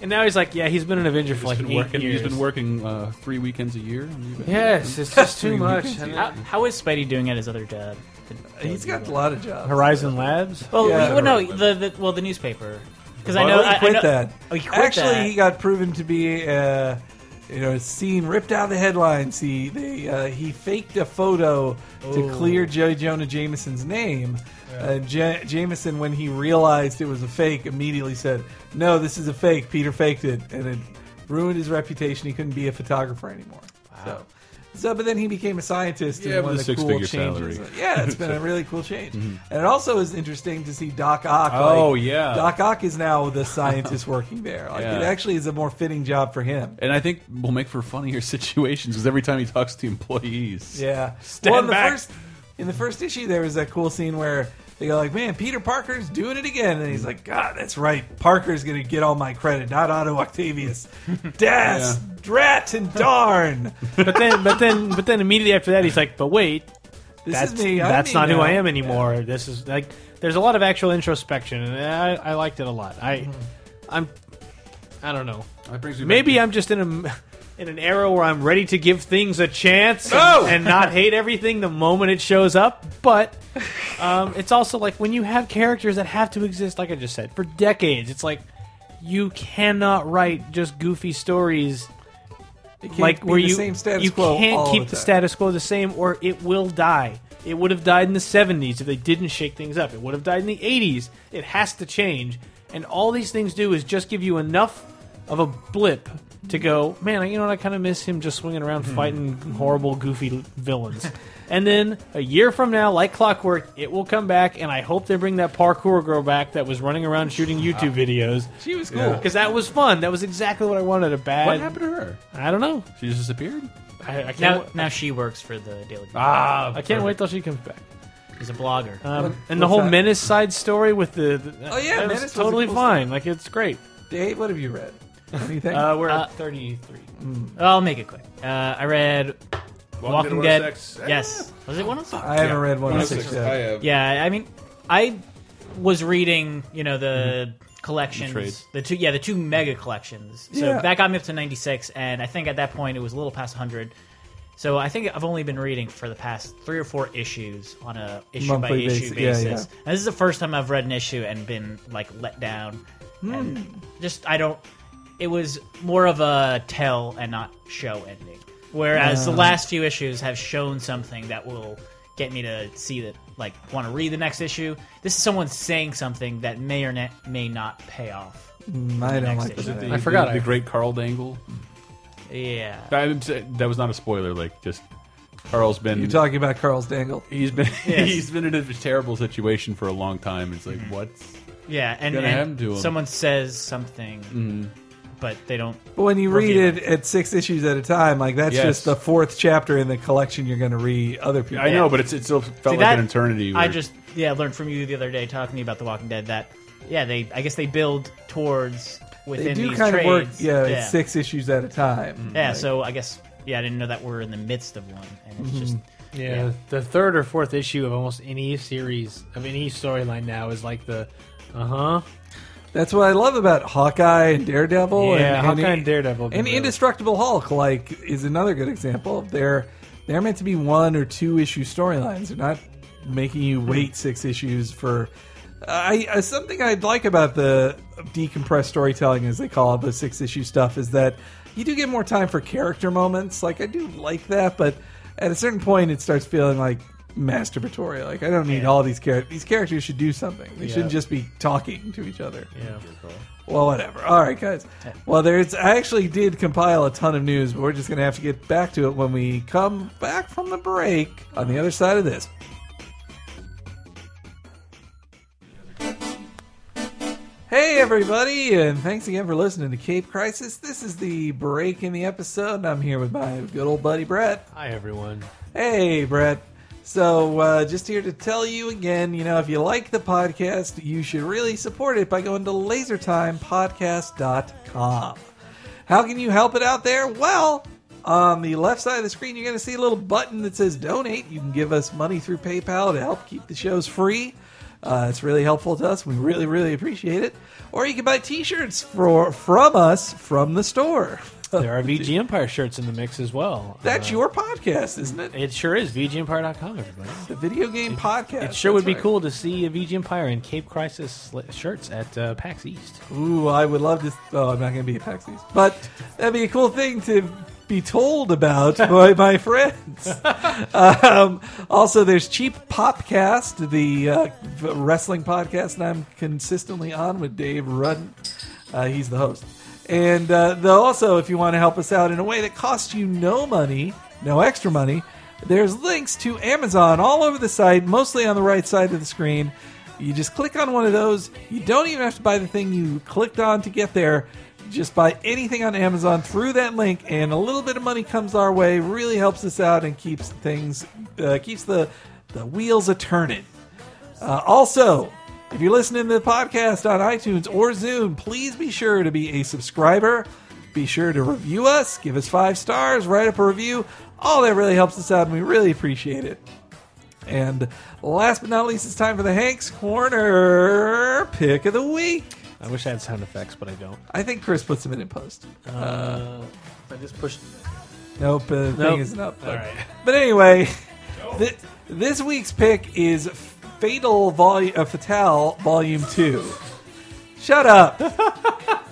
S2: and now he's like, yeah, he's been an Avenger for like
S4: been
S2: eight
S4: working,
S2: years.
S4: he's been working uh, three weekends a year. on the Avengers.
S2: Yes, it's just too much.
S3: How, how is Spidey doing at his other job?
S1: he's got a lot of jobs.
S2: Horizon Labs.
S3: Well,
S1: Yeah.
S3: we, well no, the, the well the newspaper because I know
S1: Oh, he
S3: I, I
S1: quit
S3: know,
S1: that.
S3: Oh, he quit
S1: Actually,
S3: that.
S1: he got proven to be, uh, you know, seen ripped out of the headlines. He they, uh, he faked a photo to clear Joe Jonah Jameson's name. Uh, Ja Jameson, when he realized it was a fake, immediately said, "No, this is a fake. Peter faked it," and it ruined his reputation. He couldn't be a photographer anymore. So. So, but then he became a scientist.
S4: Yeah,
S1: and
S4: with
S1: one
S4: a
S1: of the cool
S4: six-figure
S1: changes.
S4: salary. Mm-hmm.
S1: Yeah, it's been a really cool change, and it also is interesting to see Doc Ock.
S4: Oh,
S1: like,
S4: yeah.
S1: Doc Ock is now the scientist working there. Like,
S4: Yeah.
S1: It actually is a more fitting job for him.
S4: And I think we'll make for funnier situations because every time he talks to employees,
S1: Yeah.
S4: Stand
S1: well, in the
S4: back.
S1: first in the first issue, there was that cool scene where they go like, "Man, Peter Parker's doing it again," and he's like, "God, that's right. Parker's gonna get all my credit, not Otto Octavius." Das, drat, and darn.
S2: But then, but then, but then, immediately after that, he's like, "But wait,
S1: This
S2: that's
S1: is me. I'm
S2: that's
S1: me
S2: not who
S1: now.
S2: I am anymore. This is like." There's a lot of actual introspection, and I, I liked it a lot. I, I'm, I don't know.
S4: That brings me back
S2: Maybe
S4: to-
S2: I'm just in a in an era where I'm ready to give things a chance and,
S1: Oh!
S2: and not hate everything the moment it shows up. But um, it's also like when you have characters that have to exist, like I just said, for decades. It's like you cannot write just goofy stories
S1: It can't
S2: like
S1: be
S2: where
S1: the
S2: you
S1: same status
S2: you
S1: quo
S2: can't
S1: all
S2: keep
S1: the
S2: the
S1: time.
S2: status quo the same, or it will die. It would have died in the '70s if they didn't shake things up. It would have died in the '80s. It has to change, and all these things do is just give you enough of a blip to go, man. You know what? I kind of miss him just swinging
S1: Hmm.
S2: around fighting horrible, goofy l- villains. and then a year from now, like clockwork, it will come back, and I hope they bring that parkour girl back that was running around shooting YouTube videos
S1: She was Ah. cool.
S4: Yeah.
S2: because that was fun. That was exactly what I wanted. A bad.
S4: What happened to her?
S2: I don't know.
S4: She just disappeared.
S2: I, I can't.
S3: now now she works for the Daily. Beast.
S4: Ah,
S2: I can't wait till she comes back.
S3: He's a blogger.
S2: Um,
S1: What-
S2: and the
S1: what's
S2: whole
S1: that?
S2: menace side story with the, the-
S1: Oh, yeah,
S2: that
S1: Menace was
S2: was
S1: a
S2: totally
S1: cool
S2: fine. Like it's great.
S1: Dave, what have you read? Anything?
S2: Uh, we're
S3: Uh,
S2: at thirty three.
S3: I'll make it quick. Uh, I read Walking, Dead.
S4: 106.
S3: Yes, was it one oh of
S1: I haven't read one of six Oh, yet.
S4: have.
S3: Yeah, I mean, I was reading, you know, the collections,
S4: The trade.
S3: the two, yeah, the two mega collections. So
S1: Yeah.
S3: that got me up to ninety six, and I think at that point it was a little past hundred. So I think I've only been reading for the past three or four issues on a issue by
S1: Monthly
S3: issue
S1: basi- yeah,
S3: basis.
S1: yeah.
S3: And this is the first time I've read an issue and been like let down,
S1: Hmm.
S3: and just I don't. It was more of a tell and not show ending. Whereas the last few issues have shown something that will get me to see that, like, want to read the next issue. This is someone saying something that may or na- may not pay off.
S1: Mm, I don't
S3: Next
S1: like
S3: issue.
S1: that.
S4: The,
S2: I forgot
S4: the,
S2: I-
S4: the great Carl Dangle.
S3: Yeah.
S4: I'm sa- that was not a spoiler. Like just Carl's been
S1: You're talking about Carl's Dangle.
S4: he's been
S3: Yes.
S4: he's been in a terrible situation Mm-hmm. for a long time. It's like what's
S3: Yeah, and,
S4: Gonna
S3: and
S4: happen to um, 'em.
S1: Mm-hmm.
S3: someone says something but they don't.
S1: But when you read
S3: Review
S1: it at six issues at a time, like that's
S4: Yes.
S1: just the fourth chapter in the collection you're going to read other people.
S4: I know, but it's, it still felt
S3: See,
S4: like
S3: that-
S4: an eternity.
S3: I
S4: where-
S3: just yeah learned from you the other day talking to you about The Walking Dead that yeah they I guess they build towards within
S1: they do
S3: these
S1: kind
S3: trades.
S1: of work, yeah,
S3: yeah.
S1: it's six issues at a time.
S3: Yeah, so I guess yeah I didn't know that we're in the midst of one, and
S1: Mm-hmm.
S3: it's just
S2: Yeah, the third or fourth issue of almost any series of any storyline now is like the, uh huh.
S1: That's what I love about Hawkeye and Daredevil.
S2: Yeah,
S1: and,
S2: Hawkeye Oh, and Daredevil.
S1: and Indestructible Hulk, like, is another good example. They're they're meant to be one or two issue storylines. They're not making you wait six issues for. I uh, something I'd like about the decompressed storytelling, as they call it, the six issue stuff, is that you do get more time for character moments. Like I do like that, but at a certain point, it starts feeling like masturbatory. Like I don't need all these characters. These characters should do something. They shouldn't just be talking to each other.
S2: Yeah.
S1: Well, whatever. All right, guys. Well, there's. I actually did compile a ton of news, but we're just going to have to get back to it when we come back from the break on the other side of this. Hey, everybody, and thanks again for listening to Cape Crisis. This is the break in the episode, and I'm here with my good old buddy Brett.
S2: Hi everyone.
S1: Hey, Brett. So, uh, just here to tell you again, you know, if you like the podcast, you should really support it by going to lasertimepodcast.com. How can you help it out there? Well, on the left side of the screen, you're going to see a little button that says donate. You can give us money through PayPal to help keep the shows free. Uh, it's really helpful to us. We really, really appreciate it. Or you can buy t shirts for from us from the store.
S2: There are VG Empire shirts in the mix as well.
S1: That's
S2: Uh,
S1: your podcast, isn't it?
S2: It sure is VGEmpire.com, everybody.
S1: The video game podcast.
S2: It sure would
S1: That's
S2: be
S1: right.
S2: cool to see a VG Empire and Cape Crisis sli- shirts at uh, PAX East.
S1: Ooh, I would love to. Oh, I'm not going to be at PAX East, but that'd be a cool thing to be told about by my friends. um, also, there's Cheap Popcast, the uh, v- wrestling podcast, and I'm consistently on with Dave Rudden. Uh, he's the host. And uh, though also, if you want to help us out in a way that costs you no money, no extra money, there's links to Amazon all over the site, mostly on the right side of the screen. You just click on one of those. You don't even have to buy the thing you clicked on to get there. Just buy anything on Amazon through that link, and a little bit of money comes our way. Really helps us out and keeps things uh, keeps the the wheels a turning. Uh, also, if you're listening to the podcast on iTunes or Zoom, please be sure to be a subscriber. Be sure to review us, give us five stars, write up a review. All that really helps us out, and we really appreciate it. And last but not least, it's time for the Hank's Corner pick of the week.
S2: I wish I had sound effects, but I don't.
S1: I think Chris puts them in in post.
S2: Uh, I just pushed.
S1: Nope, uh, the
S2: Nope.
S1: thing isn't up.
S2: All right.
S1: But anyway, thi- this week's pick is Fatal Volume uh, Fatale Volume Two. Shut up,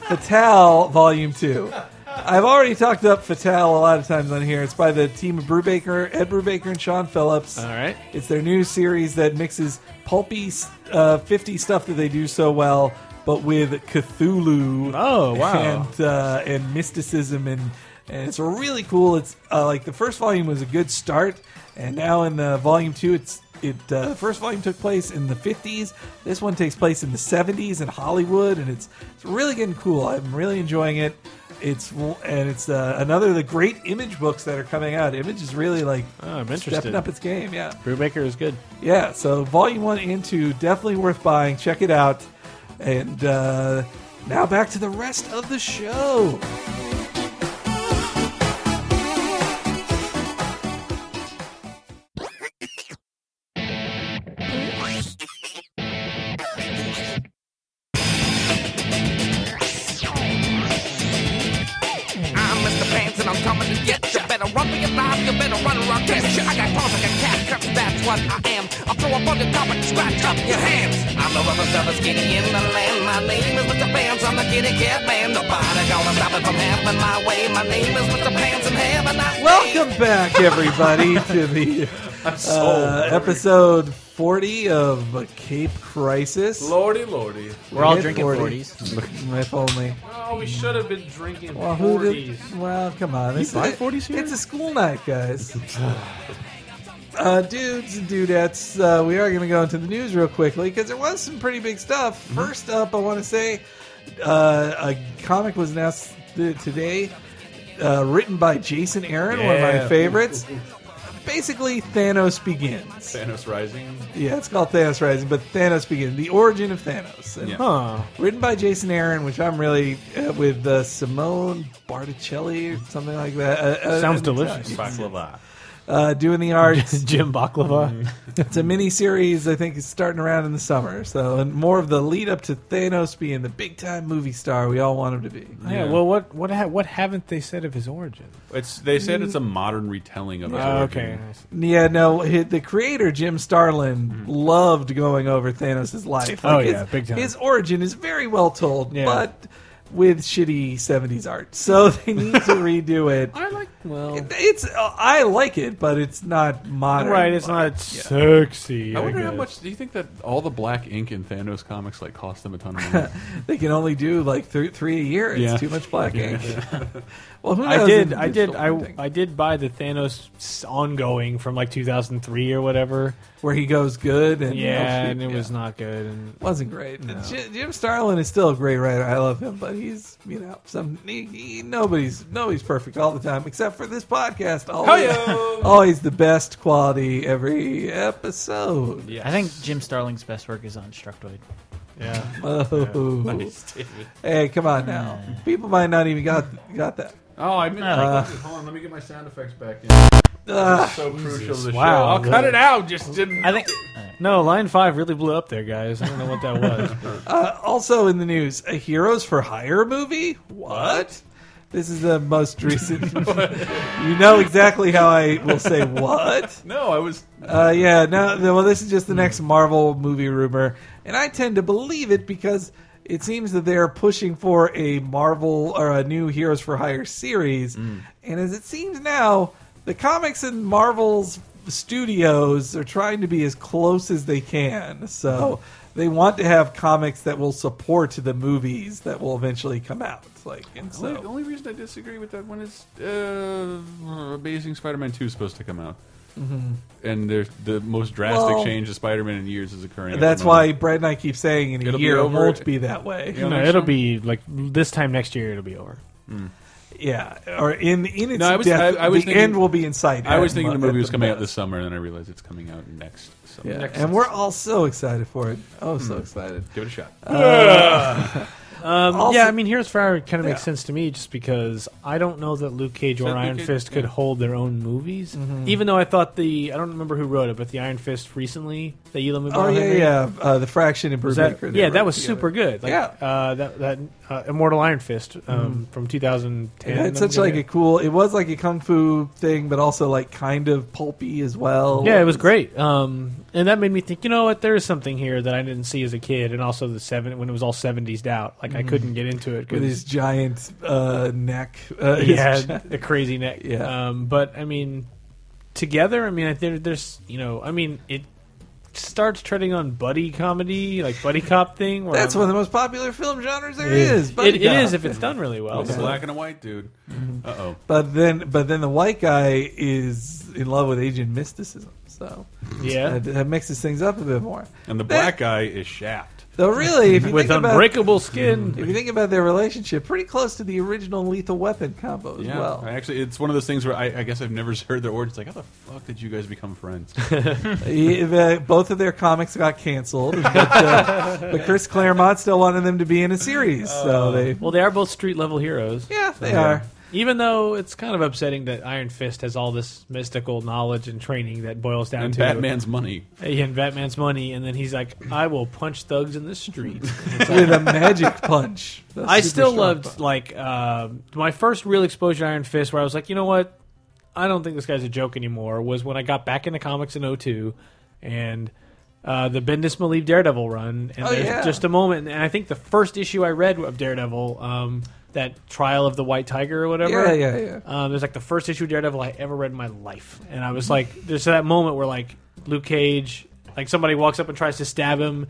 S1: Fatale Volume Two. I've already talked up Fatale a lot of times on here. It's by the team of Brubaker, Ed Brubaker, and Sean Phillips.
S2: All right.
S1: It's their new series that mixes pulpy uh, 50 stuff that they do so well, but with Cthulhu
S2: Oh, wow.
S1: and uh, and mysticism and and it's really cool. It's uh, like the first volume was a good start, and now in the volume two, it's it uh, the first volume took place in the fifties. This one takes place in the seventies in Hollywood, and it's it's really getting cool. I'm really enjoying it. It's and it's uh, another of the great Image books that are coming out. Image is really like
S2: Oh, I'm
S1: stepping
S2: interested.
S1: up its game. Yeah.
S2: Brewmaker is good.
S1: Yeah, so volume one and two definitely worth buying. Check it out. And uh, now back to the rest of the show.
S5: I'm Mr. Pants and I'm coming to get you. Better run for your life, you better run or I'll catch you. I got paws like a cat, cause that's what I am. I'll throw up on your top and scratch up your hands. I'm the roughest, toughest kitty in the land. My name is Mr. Pants, I'm the kitty cat man. Nobody gonna stop it from happening my way. My name is Mr. Pants and have a nice day.
S1: Welcome back, everybody, to the uh, episode 40 of Cape Crisis.
S4: Lordy, lordy.
S3: we're all
S1: Hit
S3: drinking
S1: 40.
S3: forties.
S1: If only.
S2: Oh, we should have been drinking
S1: Well, who did, well come on. It's,
S4: buy 40s here?
S1: it's a school night, guys. uh, dudes and dudettes,
S4: Mm-hmm.
S1: uh, we are going to go into the news real quickly because there was some pretty big stuff. First up, I want to say uh, a comic was announced th- today, uh, written by Jason Aaron, one of
S4: Yeah.
S1: my favorites. Basically, Thanos begins.
S4: Thanos Rising.
S1: Yeah, it's called Thanos Rising, but Thanos begins. The origin of Thanos. And
S4: Yeah.
S2: Huh.
S1: Written by Jason Aaron, which I'm really uh, with uh, Simone Barticelli or something like that. Uh, uh,
S2: Sounds
S1: an
S2: delicious.
S1: Italian.
S4: Baklava.
S1: Uh, doing the arts. Mm-hmm.
S2: Jim Baklava.
S1: It's a mini series. I think it's starting around in the summer. So, and more of the lead up to Thanos being the big time movie star we all want him to be.
S2: Yeah. Well, what what ha- what haven't they said of his origin?
S4: It's they said it's a modern retelling of his
S2: Oh, okay.
S4: origin.
S1: Yeah, no, hi- the creator Jim Starlin loved going over Thanos' life.
S2: Mm-hmm. Oh,
S1: his,
S2: yeah, big time.
S1: His origin is very well told,
S2: Yeah.
S1: but with shitty '70s art. So they need to redo it.
S2: I like well.
S1: It- It's uh, I like it, but it's not modern.
S2: Right, it's not sexy.
S4: I wonder how
S2: guess.
S4: much do you think that all the black ink in Thanos comics like cost them a ton of money?
S1: They can only do like th- three a year. It's
S4: Yeah.
S1: too much black ink. well, who
S2: I
S1: knows?
S2: did,
S1: It's
S2: I did,
S1: still
S2: I,
S1: printing.
S2: I did buy the Thanos s- ongoing from like 2003 or whatever.
S1: where he goes good
S4: Oh,
S1: and oh,
S2: Yeah, and it was
S1: Yeah.
S2: not good. And
S1: wasn't great. J- Jim Starlin is still a great writer. I love him, but he's you know some he, he- nobody's nobody's perfect all the time except for this podcast. Always, always the best quality every episode.
S4: yeah,
S3: I think Jim Starling's best work is on Structoid.
S2: yeah,
S1: Oh. Hey, come on now. People might not even got got that.
S4: Oh, I mean,
S3: Uh,
S4: hold on, let me get my sound effects back in. This
S1: Ugh.
S4: is so crucial to the
S2: Wow,
S4: show. I'll
S2: the-
S4: cut it out. Just didn't.
S3: I think
S2: no, line five really blew up there, guys. I don't know what that was.
S1: Uh, also in the news, a Heroes for Hire movie? What? This is the most recent. you know exactly how I will say what.
S4: No, I was.
S1: Uh, yeah, no, no, well, this is
S4: Hmm.
S1: just the next Marvel movie rumor, and I tend to believe it because it seems that they're pushing for a Marvel or a new Heroes for Hire series,
S4: Hmm.
S1: and as it seems now, the comics and Marvel's studios are trying to be as close as they can, so they want to have comics that will support the movies that will eventually come out. Like, and
S4: The only- the
S1: so
S4: only reason I disagree with that one is uh, Amazing Spider-Man Two is supposed to come out, and there's the most drastic
S1: Well-
S4: change of Spider-Man in years is occurring. at the
S1: that's
S4: moment.
S1: why Brett and I keep saying in a
S4: It'll be
S1: year it
S4: over.
S1: won't be that way.
S4: You
S2: No,
S4: think
S2: it'll
S4: so?
S2: be like this time next year. It'll be over.
S1: Yeah, or in in its
S4: No, I was-
S1: death,
S4: I- I was
S1: the
S4: thinking-
S1: end will be in sight.
S4: I was thinking the
S1: At
S4: movie was coming out
S1: best.
S4: this summer, and then I realized it's coming out next Hmm. summer.
S1: Yeah. and we're all so excited for it. Oh, so excited!
S4: Give it a shot.
S2: Um,
S1: Also-
S2: yeah, I mean, Heroes for Hire kind of makes
S1: Yeah.
S2: sense to me just because I don't know that Luke Cage or
S4: Said Luke
S2: Iron
S4: Cage-
S2: Fist could
S4: yeah.
S2: hold their own movies.
S1: Mm-hmm.
S2: Even though I thought the I don't remember who wrote it, but the Iron Fist recently that you movie.
S1: Oh
S2: on
S1: yeah,
S2: there,
S1: yeah. Uh, the fraction and
S2: was that-
S1: Brubaker. they
S2: yeah, that
S1: wrote
S2: was
S1: together.
S2: super good. Like,
S1: Yeah.
S2: uh, that that uh, Immortal Iron Fist um, from 2010.
S1: It had
S2: I'm
S1: such
S2: gonna-
S1: like a cool. It was like a kung fu thing, but also like kind of pulpy as well.
S2: yeah, it was great. Um, and that made me think, you know what? There is something here that I didn't see as a kid, and also the seven when it was all 70s out. Like I couldn't get into it
S1: Mm-hmm. with his
S2: because
S1: giant uh, neck. Uh, his
S2: he had
S1: gi-
S2: a crazy neck.
S1: Yeah.
S2: Um, but I mean, together, I mean, I think there's, you know, I mean, it starts treading on buddy comedy, like buddy cop thing. Where
S1: That's
S2: I'm-
S1: one of the most popular film genres there
S2: it
S1: is.
S2: is.
S1: buddy
S2: It, it
S1: cop.
S2: is if it's done really well.
S4: It's
S2: So-
S4: black and a white dude.
S1: Mm-hmm.
S4: Uh oh.
S1: But then, but then the white guy is in love with Asian mysticism. So
S2: Yeah.
S1: that, that mixes things up a bit more.
S4: And the
S1: That-
S4: black guy is Shaft.
S1: Though really, if you
S2: With
S1: think about
S2: unbreakable skin.
S1: if you think about their relationship, pretty close to the original Lethal Weapon combo as
S4: Yeah,
S1: well.
S4: I actually, it's one of those things where I, I guess I've never heard their origins. Like, how the fuck did you guys become friends?
S1: If, uh, both of their comics got canceled, but, uh, but Chris Claremont still wanted them to be in a series,
S2: Oh.
S1: so they
S2: Well, they are both street level heroes.
S1: yeah they
S4: Yeah.
S1: are.
S2: Even though it's kind of upsetting that Iron Fist has all this mystical knowledge and training that boils down
S4: and
S2: to
S4: Batman's money.
S2: Yeah, and Batman's money, and then he's like, "I will punch thugs in the street."
S1: with a magic punch. A
S2: I
S1: super
S2: still
S1: strong
S2: loved
S1: punch.
S2: like um my first real exposure to Iron Fist, where I was like, "You know what? I don't think this guy's a joke anymore." Was when I got back into comics in 02 and uh, the Bendis Malieve Daredevil run, and
S1: Oh,
S2: there's
S1: yeah.
S2: just a moment, and I think the first issue I read of Daredevil, um, that Trial of the White Tiger or whatever,
S1: yeah yeah yeah.
S2: um, it was like the first issue of Daredevil I ever read in my life, and I was like, there's that moment where like Luke Cage, like somebody walks up and tries to stab him,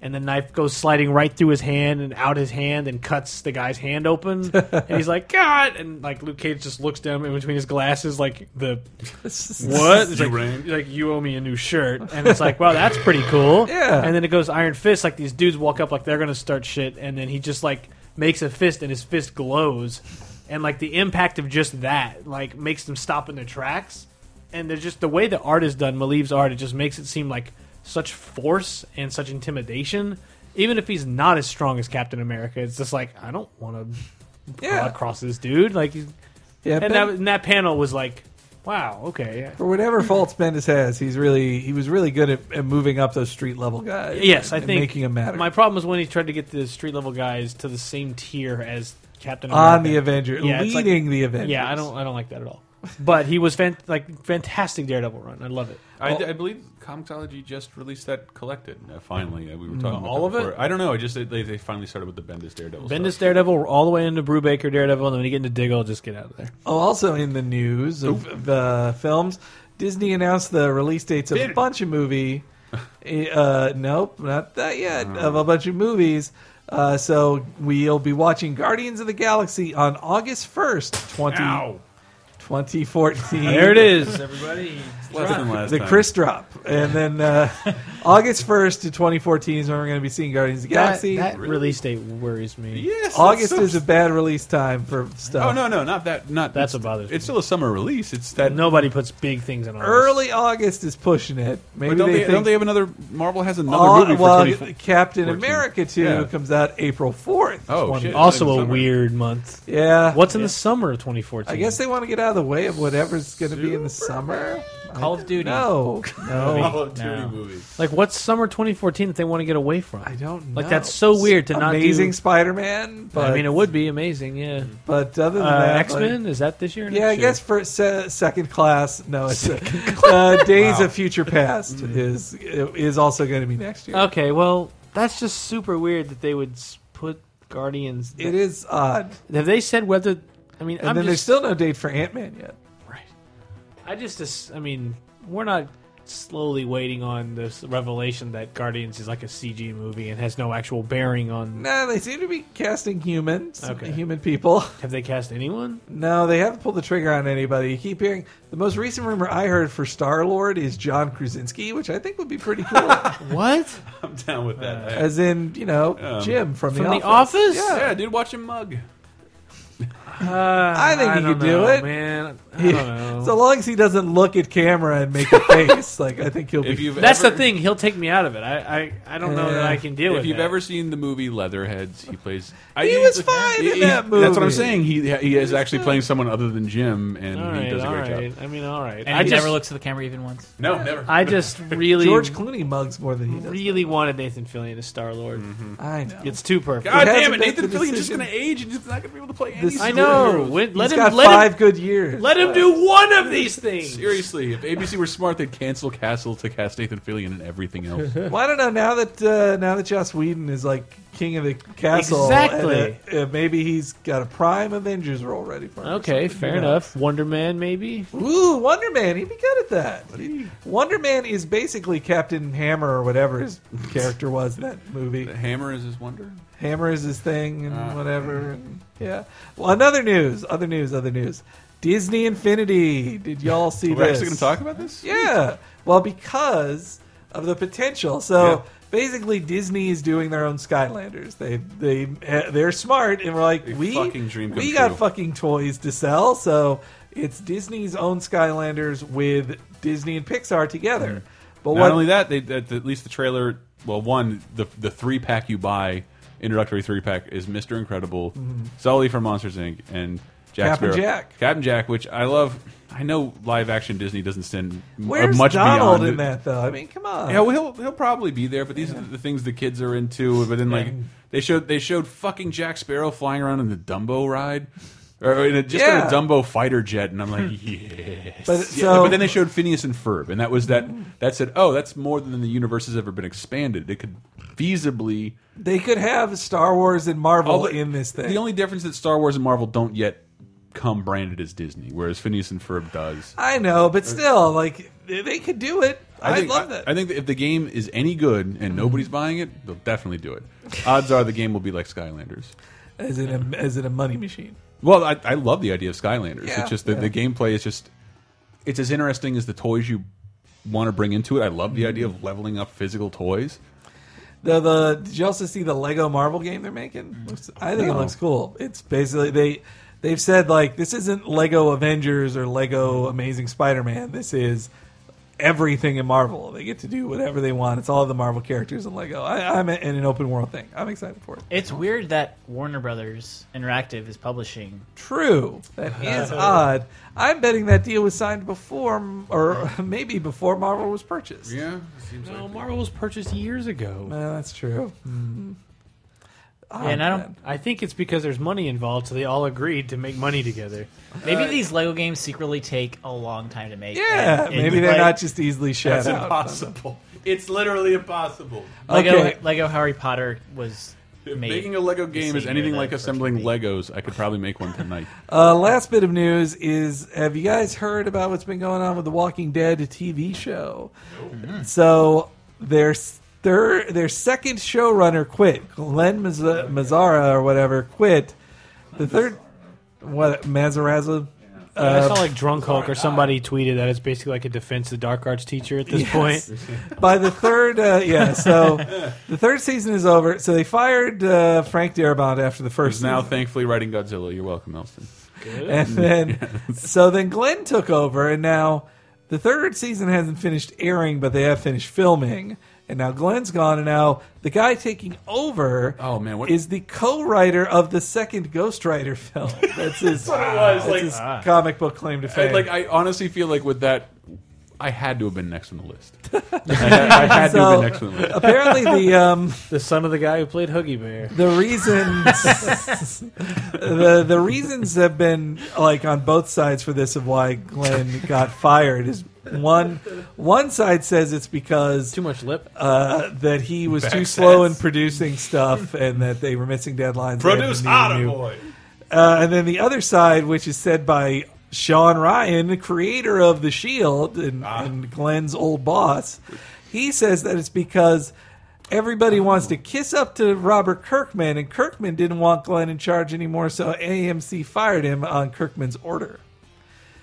S2: and the knife goes sliding right through his hand and out his hand and cuts the guy's hand open. and he's like, God! And like Luke Cage just looks down in between his glasses, like the what? It's
S4: You
S2: like,
S4: rang?
S2: like you owe me a new shirt, and it's like, wow, that's pretty cool.
S1: Yeah.
S2: And then it goes Iron Fist. Like these dudes walk up like they're gonna start shit, and then he just like makes a fist, and his fist glows, and like the impact of just that like makes them stop in their tracks, and they're just the way the art is done, Malieve's art, it just makes it seem like such force and such intimidation. Even if he's not as strong as Captain America, it's just like I don't want to
S1: Yeah.
S2: across this dude. Like, he's,
S1: Yeah,
S2: and
S1: Ben-
S2: that, and that panel was like, wow, okay, yeah.
S1: for whatever faults Bendis has, he's really he was really good at, at moving up those street level guys.
S2: Yes, I
S1: and
S2: think
S1: making them matter
S2: My problem is when he tried to get the street level guys to the same tier as Captain America.
S1: on the Avenger,
S2: Yeah, it's like-
S1: leading the Avengers.
S2: Yeah, I don't, I don't like that at all. But he was fan- like fantastic Daredevil run. I love it.
S4: I, I believe Comixology just released that collected. Uh, finally, uh,
S1: Mm,
S4: we were talking about
S2: All
S4: that
S2: of it?
S4: before. I don't know. I just they, they finally started with the Bendis Daredevil.
S2: Bendis
S4: stuff.
S2: Daredevil all the way into Brubaker Daredevil, and then when you get into Diggle, just get out of there.
S1: Oh, also in the news of the films, Disney announced the release dates of a
S4: Did-
S1: bunch of movie. uh, nope, not that yet. Of
S4: Oh.
S1: a bunch of movies. Uh, so we'll be watching Guardians of the Galaxy on August first, 20,
S4: Ow!
S1: 2014.
S2: There it is, everybody.
S4: Less than last
S1: The
S4: time.
S1: Chris drop, and then uh, August first to 2014 is when we're going to be seeing Guardians of the
S2: That,
S1: Galaxy.
S2: that release date worries me.
S4: Yes,
S1: August
S4: that's so-
S1: is a bad release time for stuff.
S4: Oh no, no, not that. Not
S2: That's
S4: it's-
S2: what bothers me.
S4: It's still a summer release. It's that.
S2: Nobody puts big things in August.
S1: Early August is pushing it. Maybe
S4: But don't,
S1: they,
S4: they,
S1: think
S4: don't they have another? Marvel has another
S1: Au-
S4: movie for
S1: well,
S4: 24
S1: Captain
S4: 14.
S1: America 2
S4: Yeah.
S1: comes out April 4th.
S4: Oh,
S1: 20.
S4: shit.
S2: Also a
S4: Summer.
S2: weird month.
S1: Yeah.
S2: What's in the summer of 2014?
S1: I guess they want to get out of the way of whatever's going to be in the summer.
S3: Call of Duty.
S1: No. No.
S4: Call of Duty
S3: No.
S4: movie.
S2: Like, what's summer 2014 that they want to get away from?
S1: I don't know.
S2: Like, that's so weird to not do-
S1: Amazing Spider-Man, but
S2: I mean, it would be amazing, yeah.
S1: but other than
S2: Uh,
S1: that,
S2: X Men is that this year? or
S1: like- yeah, I
S2: next year?
S1: guess for se- second class. No, it's uh, Days of Future Past is is also going to be next year.
S2: Mm. Okay, well, that's just super weird that they would s- put Guardians.
S1: It is odd,
S2: Have they said whether? I mean,
S1: and
S2: I'm
S1: then there's
S2: just
S1: still no date for Ant Man yet.
S2: right. I just, as- I mean, we're not slowly waiting on this revelation that Guardians is like a CG movie and has no actual bearing on.
S1: No, they seem to be casting humans,
S2: Okay.
S1: human people.
S2: Have they cast anyone?
S1: No, they haven't pulled the trigger on anybody. You keep hearing the most recent rumor I heard for Star Lord is John Krasinski, which I think would be pretty cool.
S2: What?
S4: I'm down with that.
S1: As in, you know,
S4: Um,
S1: Jim from,
S2: From The Office?
S1: Yeah.
S4: yeah. dude, watch him mug.
S2: Uh,
S1: I think he
S2: don't
S1: could do
S2: know,
S1: it.
S2: man. I
S1: He-
S2: don't know.
S1: so long as he doesn't look at camera and make a face, like I think he'll
S4: If
S1: be.
S4: you've
S2: That's
S4: ever,
S2: the thing. He'll take me out of it. I, I, I don't know that
S1: Yeah.
S2: I can deal with
S4: If you've
S2: that.
S4: ever seen the movie Leatherheads, he plays. I,
S1: He was fine in that
S4: That's what
S1: movie.
S4: I'm saying. He he is actually playing someone other than Jim, and
S2: all
S4: he
S2: right,
S4: does a
S2: all
S4: great
S2: right.
S4: job.
S2: I mean, all right.
S3: And
S2: I
S3: he
S2: just,
S3: never looks at the camera even once.
S4: No, never.
S2: I just really,
S1: George Clooney mugs more than he does.
S2: really wanted Nathan Fillion as Star Lord.
S4: Mm-hmm.
S1: I know.
S2: It's too perfect.
S4: God
S1: It hasn't
S4: damn it,
S1: been
S4: Nathan
S1: the
S4: Fillion's just
S1: decision.
S4: gonna age and he's not gonna be able to play any.
S1: This-
S2: I
S4: superhero.
S2: know. When- let
S1: He's
S2: him,
S1: got
S2: let
S1: five
S2: him,
S1: good years.
S2: let him do one of these things.
S4: Seriously, if ABC were smart, they'd cancel Castle to cast Nathan Fillion and everything else.
S1: Well, I don't know. Now that uh, now that Joss Whedon is like king of the castle,
S2: Exactly.
S1: and, uh, uh, maybe he's got a prime Avengers role ready for him. or
S2: Okay,
S1: something,
S2: fair
S1: who knows?
S2: enough. Wonder Man, maybe.
S1: Ooh, Wonder Man. He'd be good at that. Wonder Man is basically Captain Hammer or whatever his character was in that movie.
S4: The hammer is his wonder.
S1: Hammer is his thing and
S4: Ah.
S1: whatever. And yeah. Well, another news. Other news. Other news. Disney Infinity. Did y'all see
S4: We're
S1: this?
S4: actually gonna talk about this.
S1: Yeah. Well, because of the potential. So
S4: Yeah.
S1: basically, Disney is doing their own Skylanders. They they eh, they're smart, and we're like,
S4: They
S1: we
S4: fucking dream come
S1: we got
S4: true.
S1: fucking toys to sell. So it's Disney's own Skylanders with Disney and Pixar together. But
S4: Mm-hmm. Not
S1: what?
S4: only that, they at the- at least the trailer. Well, one the the three pack you buy, introductory three pack is Mister Incredible, Sully from Monsters Inc. and
S1: Mm-hmm.
S4: Jack
S1: Captain
S4: Sparrow.
S1: Jack.
S4: Captain Jack, which I love. I know live action Disney doesn't send m-
S1: Where's
S4: much
S1: Donald
S4: beyond
S1: in that though? I mean, come on.
S4: Yeah, well, he'll he'll probably be there, but these are the things the kids are into. But then, like, they showed they showed fucking Jack Sparrow flying around in the Dumbo ride, or in a, just
S1: Yeah.
S4: in a Dumbo fighter jet, and I'm like, yes.
S1: But-
S4: Yeah,
S1: so-
S4: but then they showed Phineas and Ferb, and that was that. That said, oh, that's more than the universe has ever been expanded. It could feasibly
S1: they could have Star Wars and Marvel
S4: all the-
S1: in this thing.
S4: The only difference that Star Wars and Marvel don't yet come branded as Disney, whereas Phineas and Ferb does.
S1: I know, but still, like they- they could do it.
S4: Uh, I
S1: I'd
S4: think,
S1: love that.
S4: I, think that if the game is any good and nobody's buying it, they'll definitely do it. Odds are the game will be like Skylanders.
S1: as in a, as in a money machine.
S4: Well, I, I love the idea of Skylanders.
S1: Yeah.
S4: It's just that the gameplay is just it's as interesting as the toys you want to bring into it. I love the idea of leveling up physical toys.
S1: The the did you also see the Lego Marvel game they're making? Looks- I think it looks cool. It's basically they they've said like this isn't Lego Avengers or Lego Amazing Spider Man. This is everything in Marvel. They get to do whatever they want. It's all the Marvel characters in Lego. I, I'm in an open world thing. I'm excited for it.
S3: It's weird that Warner Brothers Interactive is publishing.
S1: True. That is odd. I'm betting that deal was signed before, m- or maybe before Marvel was purchased.
S4: Yeah,
S2: No, Marvel was purchased years ago.
S1: Well, that's true. Mm-hmm. Odd,
S3: and I don't.
S1: man.
S2: I think it's because there's money involved, so they all agreed to make money together.
S3: Maybe these Lego games secretly take a long time to make.
S1: Uh, Yeah,
S3: And- and
S1: maybe they're
S3: like-
S1: not just easily shut
S4: That's
S1: out.
S4: impossible. It's literally impossible.
S3: Lego.
S1: Okay.
S3: Lego Harry Potter was
S4: If
S3: made.
S4: making a Lego game is
S3: same
S4: anything
S3: year
S4: like
S3: that
S4: assembling
S3: first made.
S4: Legos, I could probably make one tonight.
S1: Uh, last bit of news is: Have you guys heard about what's been going on with the Walking Dead TV show? So their their their second showrunner quit. Glenn Maz- Mazzara or whatever quit. The third, what Mazarazzo?
S2: I
S4: Uh,
S2: saw like Drunk Hulk or somebody tweeted that it's basically like a defense of the dark arts teacher at this
S1: Yes.
S2: point.
S1: By the third, uh, yeah. So the third season is over. So they fired uh, Frank Darabont after the first.
S4: Who's now
S1: season.
S4: thankfully writing Godzilla. You're welcome, Elston.
S1: and
S4: Mm.
S1: then so then Glenn took over, and now the third season hasn't finished airing, but they have finished filming. And now Glenn's gone, and now the guy taking over
S4: Oh, man, what-
S1: is the co-writer of the second Ghost Rider film. That's his,
S4: was,
S1: that's
S4: like-
S1: his comic book claim to
S4: I,
S1: fame.
S4: like I honestly feel like with that, I had to have been next on the list. I, had- I had to have
S1: So-
S4: been next on the list.
S1: Apparently, the um,
S2: The son of the guy who played Huggy Bear.
S1: the reasons the the reasons have been like on both sides for this of why Glenn got fired is one one side says it's because
S2: Too much lip.
S1: uh, that he was too slow in producing stuff and that they were missing deadlines. They had to need a new- Uh, and then the other side, which is said by Sean Ryan, the creator of The Shield and,
S4: Ah.
S1: and Glenn's old boss, he says that it's because everybody wants to kiss up to Robert Kirkman, and Kirkman didn't want Glenn in charge anymore, so AMC fired him on Kirkman's order.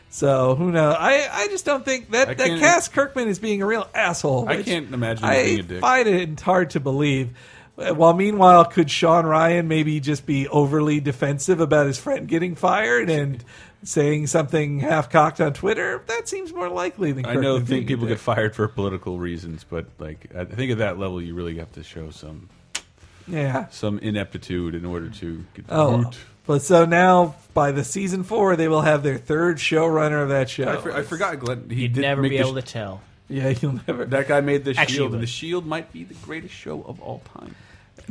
S1: So who knows? I, I just don't think
S4: I
S1: that that
S4: can't-
S1: cast Kirkman is being a real asshole.
S4: I
S1: which
S4: can't imagine him
S1: I
S4: being a dick.
S1: find it hard to believe. While meanwhile, could Sean Ryan maybe just be overly defensive about his friend getting fired and saying something half cocked on Twitter? That seems more likely than
S4: I know
S1: Kirkman being
S4: think
S1: a
S4: people
S1: dick.
S4: get fired for political reasons, but like I think at that level, you really have to show some
S1: yeah.
S4: some ineptitude in order to get the
S1: Oh,
S4: boot.
S1: but so now by the season four, they will have their third showrunner of that show.
S4: I, for, I forgot Glenn. He
S3: You'd
S4: did
S3: never
S4: make
S3: be
S4: the
S3: able to
S4: sh-
S3: tell.
S1: yeah, you'll never.
S4: That guy made the
S3: Actually,
S4: Shield,
S3: but-
S4: and the Shield might be the greatest show of all time.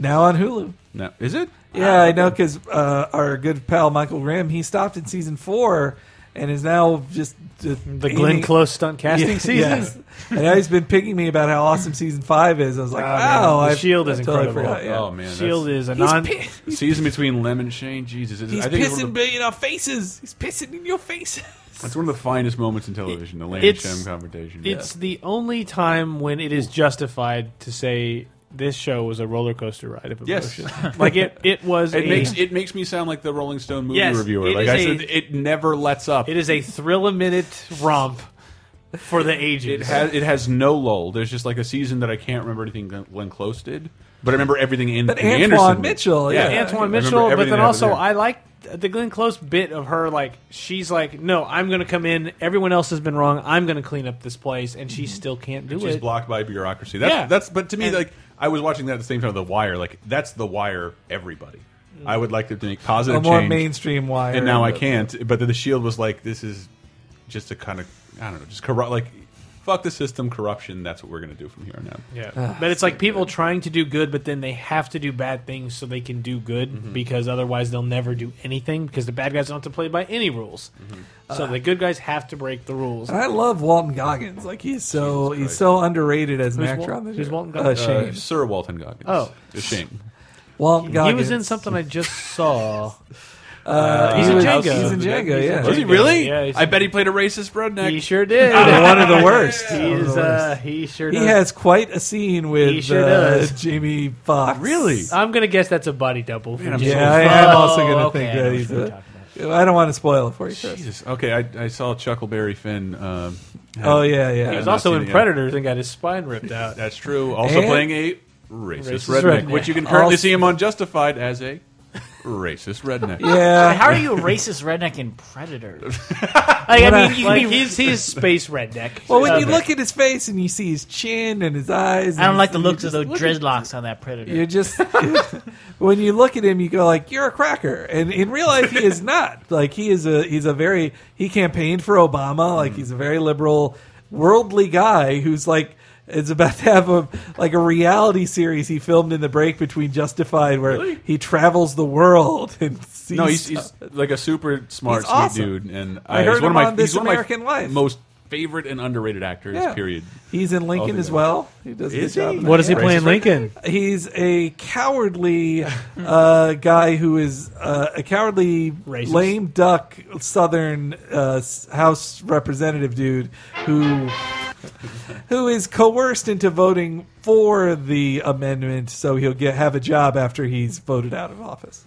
S1: Now on Hulu.
S4: Now, is it?
S1: Yeah, I know because uh, our good pal Michael Grimm he stopped in season four and is now just the
S2: The Glenn Close stunt casting
S1: Yeah,
S2: season.
S1: yes. and now he's been picking me about how awesome season five is. I was like,
S2: Ah, man,
S1: wow,
S2: The
S1: I
S2: Shield is
S1: I totally
S2: incredible.
S1: forgot, yeah.
S4: Oh man,
S2: Shield
S4: that's-
S2: E is a
S1: He's,
S2: non.
S1: pi-
S4: the season between Lem and Shane. Jesus, it's-
S1: he's
S4: I think it's one,
S1: pissing
S4: of the,
S1: me in our faces. He's pissing in your faces.
S4: it's one of the finest moments in television. The Lem and
S2: It's-
S4: Shane confrontation.
S2: It's the only time when it is justified to say this show was a roller coaster ride of
S4: Yes.
S2: emotion. like it, it was.
S4: It
S2: a,
S4: makes it makes me sound like the Rolling Stone movie
S2: Yes,
S4: reviewer.
S2: it
S4: Like
S2: is
S4: I
S2: a-
S4: said, it never lets up.
S2: It is a thrill a minute romp for the ages.
S4: It has it has no lull. There's just like a season that I can't remember anything Glenn- Glenn Close did, but I remember everything in.
S1: But
S4: in
S1: Antoine
S4: Anderson.
S1: Mitchell, yeah.
S4: I
S2: Antoine
S4: remember
S2: Mitchell, but
S4: everything
S2: then
S4: that
S2: also
S4: happened
S2: I like the Glenn Close bit of her like she's like, no, I'm going to come in. Everyone else has been wrong. I'm going to clean up this place, and she still can't do
S4: there. Mm-hmm. She's
S2: it.
S4: blocked by bureaucracy. That's
S2: Yeah.
S4: that's. But to me,
S2: And-
S4: like I was watching that at the same time. The Wire, like that's the Wire. Everybody, I would like them to make
S1: A
S4: positive
S1: more
S4: change,
S1: mainstream wire.
S4: and now I can't. But then the Shield was like, this is just a kind of I don't know, just corrupt. Like fuck the system, corruption. That's what we're gonna do from here on out.
S2: Yeah,
S1: Ah,
S2: but it's like people trying to do good, but then they have to do bad things so they can do good
S1: Mm-hmm.
S2: because otherwise they'll never do anything because the bad guys don't have to play by any rules.
S1: Mm-hmm.
S2: So the good guys have to break the rules.
S1: And I love Walton Goggins. Like he's so
S4: Jesus
S1: he's
S4: Christ.
S1: so underrated as an
S2: Who's
S1: actor
S2: Wal-
S1: on the
S2: who's
S1: show.
S2: Walton
S1: Uh,
S2: Goggins?
S1: Shane.
S4: Uh, Sir Walton Goggins.
S2: Oh.
S4: a shame.
S1: Walton Goggins.
S2: He was in something I just saw.
S1: Uh,
S2: he's
S1: he
S2: in
S1: was-
S2: Django.
S1: He's in Django, yeah.
S4: Was he
S2: Django,
S4: really?
S2: yeah, he's-
S4: I bet he played a racist redneck.
S2: He sure did.
S1: One of the worst.
S2: He is. Uh, he sure.
S1: He
S2: does.
S1: has quite a scene
S2: He
S1: with
S2: sure
S1: uh,
S2: does.
S1: Jamie Foxx.
S4: Really?
S2: I'm gonna guess that's a body double. from
S4: I'm
S2: Jim.
S1: Yeah, I, am
S3: Oh,
S1: also going to
S3: okay,
S1: think
S3: I know
S1: that
S3: what
S1: he's
S3: you're
S1: a. I don't want to spoil it for you, Chris.
S4: Jesus. Okay, I, I saw Chuckleberry Finn. Um,
S1: Oh yeah, yeah.
S2: He was
S4: I've
S2: also
S4: seen
S2: in
S4: it, yeah.
S2: Predators and got his spine ripped out.
S4: That's true. Also
S1: And-
S4: playing a racist,
S2: Racist
S4: redneck,
S2: redneck.
S4: which you can currently
S1: Also-
S4: see him on Justified as a racist redneck.
S1: yeah.
S3: How are you a racist redneck in Predator?
S2: Like, I
S1: What
S2: mean,
S1: I-
S2: you
S3: like,
S2: can be, he's he's space redneck.
S1: Well, when
S2: Uh,
S1: you look at his face and you see his chin and his eyes,
S3: I don't
S1: and
S3: like the
S1: you
S3: looks of
S1: just
S3: those
S1: look at-
S3: dreadlocks on that Predator.
S1: You're just when you look at him, you go like, "You're a cracker," and in real life, he is not. Like he is a he's a very he campaigned for Obama.
S4: Mm.
S1: Like he's a very liberal, worldly guy who's like is about to have a like a reality series he filmed in the break between Justified, where
S4: Really?
S1: he travels the world and sees.
S4: No, he's, he's like a super smart,
S1: He's
S4: sweet
S1: awesome.
S4: dude, and
S1: I
S4: he's
S1: heard
S4: one
S1: him
S4: of my,
S1: on This
S4: he's one of my
S1: American Life.
S4: most favorite and underrated actors.
S1: Yeah.
S4: Period.
S1: He's in
S4: I'll
S1: Lincoln
S4: do
S1: as
S4: that.
S1: well. He does a
S4: Is
S1: good job
S4: he?
S1: in that.
S2: what does he
S1: Yeah.
S2: play in Lincoln?
S1: He's a cowardly uh, guy who is uh, a cowardly,
S2: Racist.
S1: lame duck Southern uh, s- House representative dude who who is coerced into voting for the amendment, so he'll get have a job after he's voted out of office.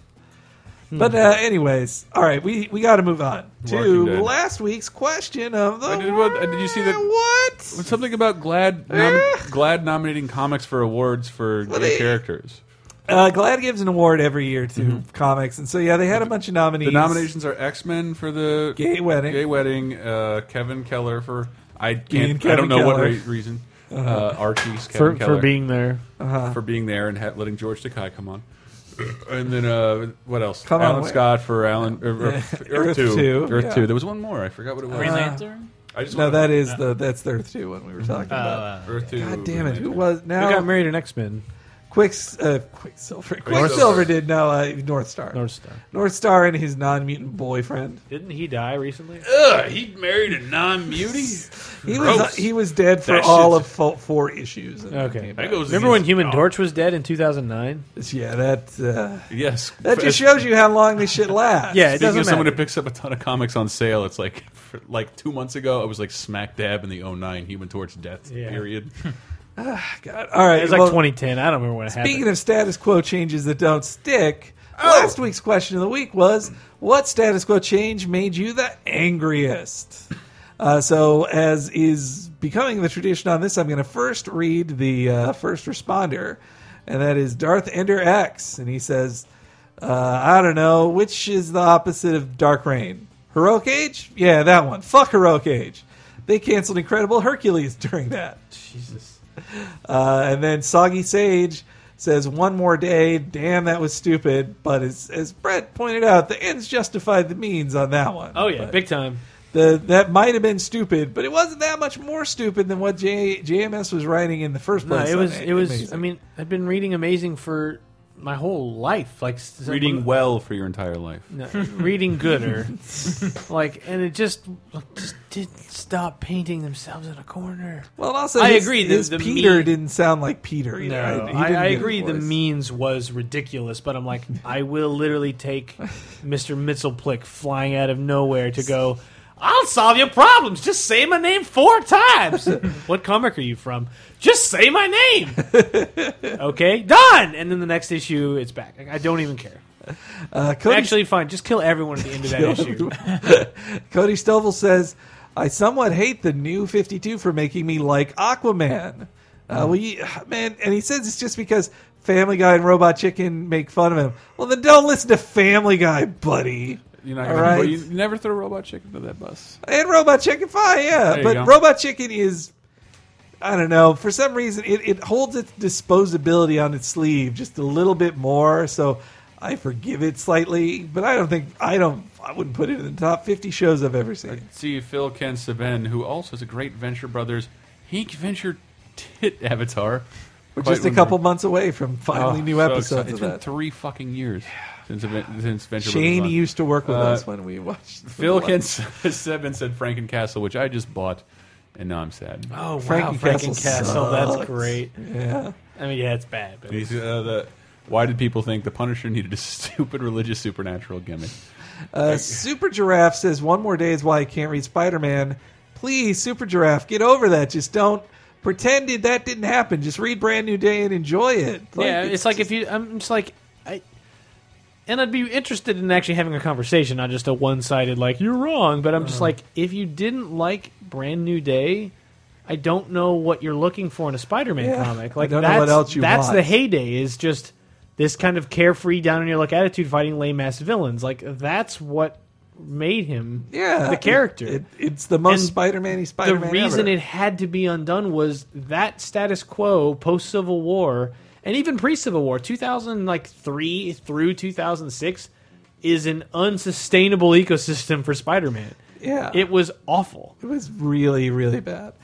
S1: But uh, anyways, all right, we we got to move on
S4: Walking
S1: to
S4: Dead.
S1: last week's question of the.
S4: did- what- did you see that-
S1: What?
S4: Something about Glad nom- Glad nominating comics for awards for gay
S1: they-
S4: characters.
S1: Uh, Glad gives an award every year to
S2: Mm-hmm.
S1: comics, and so yeah, they had a bunch of nominees.
S4: The nominations are X Men for the
S1: Gay Wedding.
S4: Gay Wedding, uh, Kevin Keller for I
S1: and
S4: can't I
S1: Kevin
S4: don't know what
S1: Keller. Uh-huh.
S4: re- reason. Uh, Archie's Kevin
S2: For,
S4: Keller
S2: for being there,
S4: for being there and ha- letting George Takei come on. And then uh, what else?
S1: Come on,
S4: Alan
S1: wait.
S4: Scott for Alan or, or- Earth,
S1: Earth
S4: Two.
S1: Two,
S4: Earth
S1: yeah.
S4: Two. There was one more. I forgot what it was.
S3: Green
S1: uh,
S3: Lantern?
S4: I just
S1: No,
S4: wanna-
S1: that is the that's the Earth Two one we were talking
S3: Oh,
S1: about.
S3: uh,
S4: Earth Two.
S1: God damn it!
S4: Green
S1: Who
S4: Lantern.
S1: was
S2: who Mm-hmm. got
S1: now?
S2: married in X Men?
S1: Quicks, uh, Quicksilver.
S4: Quicksilver.
S1: Quicksilver did no uh, North Star.
S2: North Star.
S1: North Star and his non-mutant boyfriend.
S2: Didn't he die recently?
S4: Ugh, he married a non-mutant.
S1: He was uh,
S4: Gross.
S1: he was dead for
S4: That
S1: all
S4: shit.
S1: of fo- four issues. and
S2: Okay.
S1: came
S4: That
S1: back.
S4: goes.
S2: Remember when
S4: against-
S2: Human
S4: oh,
S2: Torch was dead in 2009?
S1: Yeah, that uh,
S4: Yes,
S1: that just shows you how long this shit lasts.
S2: Yeah, it
S4: Speaking
S2: doesn't
S4: of someone who
S2: matter.
S4: picks up a ton of comics on sale, it's like for, like two months ago, I was like smack dab in the 09 Human Torch death
S2: Yeah.
S4: period.
S1: God. All right,
S2: It was like
S1: well,
S2: 2010. I don't remember when it
S1: Speaking
S2: happened.
S1: of status quo changes that don't stick, last week's question of the week was what status quo change made you the angriest? Uh, so, as is becoming the tradition on this, I'm going to first read the uh, first responder, and that is Darth Ender X. And he says, uh, I don't know, which is the opposite of Dark Reign? Heroic Age? Yeah, that one. Fuck Heroic Age. They canceled Incredible Hercules during that.
S2: Jesus.
S1: Uh, and then Soggy Sage says, "One more day. Damn, that was stupid." But as, as Brett pointed out, the ends justified the means on that one.
S2: Oh yeah,
S1: But
S2: big time.
S1: the, that might have been stupid, but it wasn't that much more stupid than what J, JMS was writing in the first
S2: No,
S1: place.
S2: it
S1: on
S2: was. It was.
S1: Amazing.
S2: I mean, I've been reading Amazing for my whole life. Like s-
S4: Reading well for your entire life.
S2: No, reading gooder. like, and it just like, just didn't stop painting themselves in a corner.
S1: well, and also
S2: I
S1: his-
S2: agree, the-
S1: His
S2: the
S1: Peter
S2: mean-
S1: didn't sound like Peter. Either.
S2: No,
S1: I, he
S2: I,
S1: didn't
S2: I
S1: get a
S2: agree. The
S1: voice.
S2: means was ridiculous, but I'm like, I will literally take Mr. Mitzelplick flying out of nowhere to go. I'll solve your problems. Just say my name four times. what comic are you from? Just say my name. okay, done. And then the next issue, it's back. I don't even care.
S1: Uh, Cody
S2: Actually, fine. Just kill everyone at the end of that issue.
S1: Cody Stovall says, "I somewhat hate the new 52 for making me like Aquaman."
S4: Hmm.
S1: Uh, well, you- man, and he says it's just because Family Guy and Robot Chicken make fun of him. Well, then don't listen to Family Guy, buddy.
S4: You're not
S1: All
S4: gonna,
S1: right.
S4: well, you never throw Robot Chicken to that bus.
S1: And Robot Chicken, fine, yeah,
S4: There you
S1: but
S4: go.
S1: Robot Chicken is. I don't know. For some reason, it, it holds its disposability on its sleeve just a little bit more. So I forgive it slightly, but I don't think I don't. I wouldn't put it in the top fifty shows I've ever seen.
S4: See Phil Ken Saben, who also has a great Venture Brothers Hank Venture tit avatar.
S1: We're
S4: Quite
S1: just a couple
S4: remember-
S1: months away from finally
S4: Oh,
S1: new
S4: so
S1: episodes
S4: excited.
S1: of
S4: It's been
S1: that.
S4: three fucking years since, Aven- since Venture
S1: Shane
S4: Brothers. on.
S1: used to work with
S4: Uh,
S1: us when we watched.
S4: Phil
S1: the
S4: Ken Saben said Franken Castle, which I just bought, and now I'm sad.
S2: Oh wow,
S1: Frankencastle
S2: Frankencastle. That's
S1: sucks.
S2: great.
S1: Yeah.
S2: I mean, yeah, it's bad. But
S4: He's, uh, the, Why did people think the Punisher needed a stupid religious supernatural gimmick?
S1: Uh, Super Giraffe says, "One more day is why I can't read Spider-Man." Please, Super Giraffe, get over that. Just don't pretend it, that didn't happen. Just read Brand New Day and enjoy it.
S2: yeah, it's, like if you. I'm just like, I, and I'd be interested in actually having a conversation, not just a one-sided like you're wrong. But I'm
S1: Uh-huh.
S2: just like, if you didn't like Brand New Day, I don't know what you're looking for in a Spider-Man
S1: Yeah,
S2: comic.
S1: I
S2: Like
S1: don't know
S2: that's
S1: what else you
S2: that's
S1: want.
S2: the heyday is just this kind of carefree, down on your luck attitude, fighting lame ass villains. Like that's what made him
S1: yeah,
S2: the character.
S1: It- it's the most
S2: And
S1: Spider-Man-y
S2: the
S1: Spider-Man.
S2: reason
S1: ever.
S2: it had to be undone was that status quo post Civil War and even pre Civil War, 2003 through 2006 is an unsustainable ecosystem for Spider-Man.
S1: yeah,
S2: It was awful.
S1: It was really, really bad.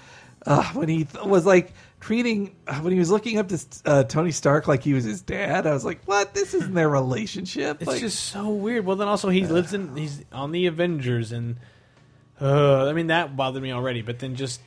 S1: Uh, when he th- was like treating, uh, when he was looking up to uh, Tony Stark like he was his dad, I was like, "What? This isn't their relationship."
S2: It's
S1: like, uh,
S2: just so weird. Well, then also he lives in he's on the Avengers and uh, I mean that bothered me already, but then just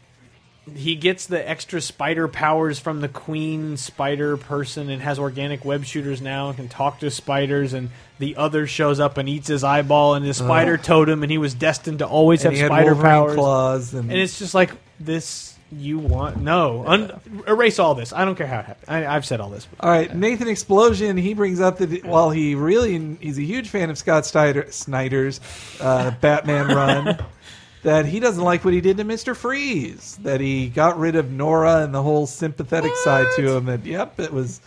S2: he gets the extra spider powers from the queen spider person and has organic web shooters now and can talk to spiders and the other shows up and eats his eyeball and his spider totem and he was destined to always
S1: Uh-huh. and
S2: have
S1: he had
S2: spider
S1: Wolverine
S2: powers
S1: claws, and,
S2: and it's just like this you want no un- erase all this i don't care how it happened I, i've said all this
S1: all right. Nathan Explosion. He brings up that while he really he's a huge fan of Scott Snyder, Snyder's uh, Batman run. That he doesn't like what he did to Mister Freeze. That he got rid of Nora and the whole sympathetic side to him. That yep, it was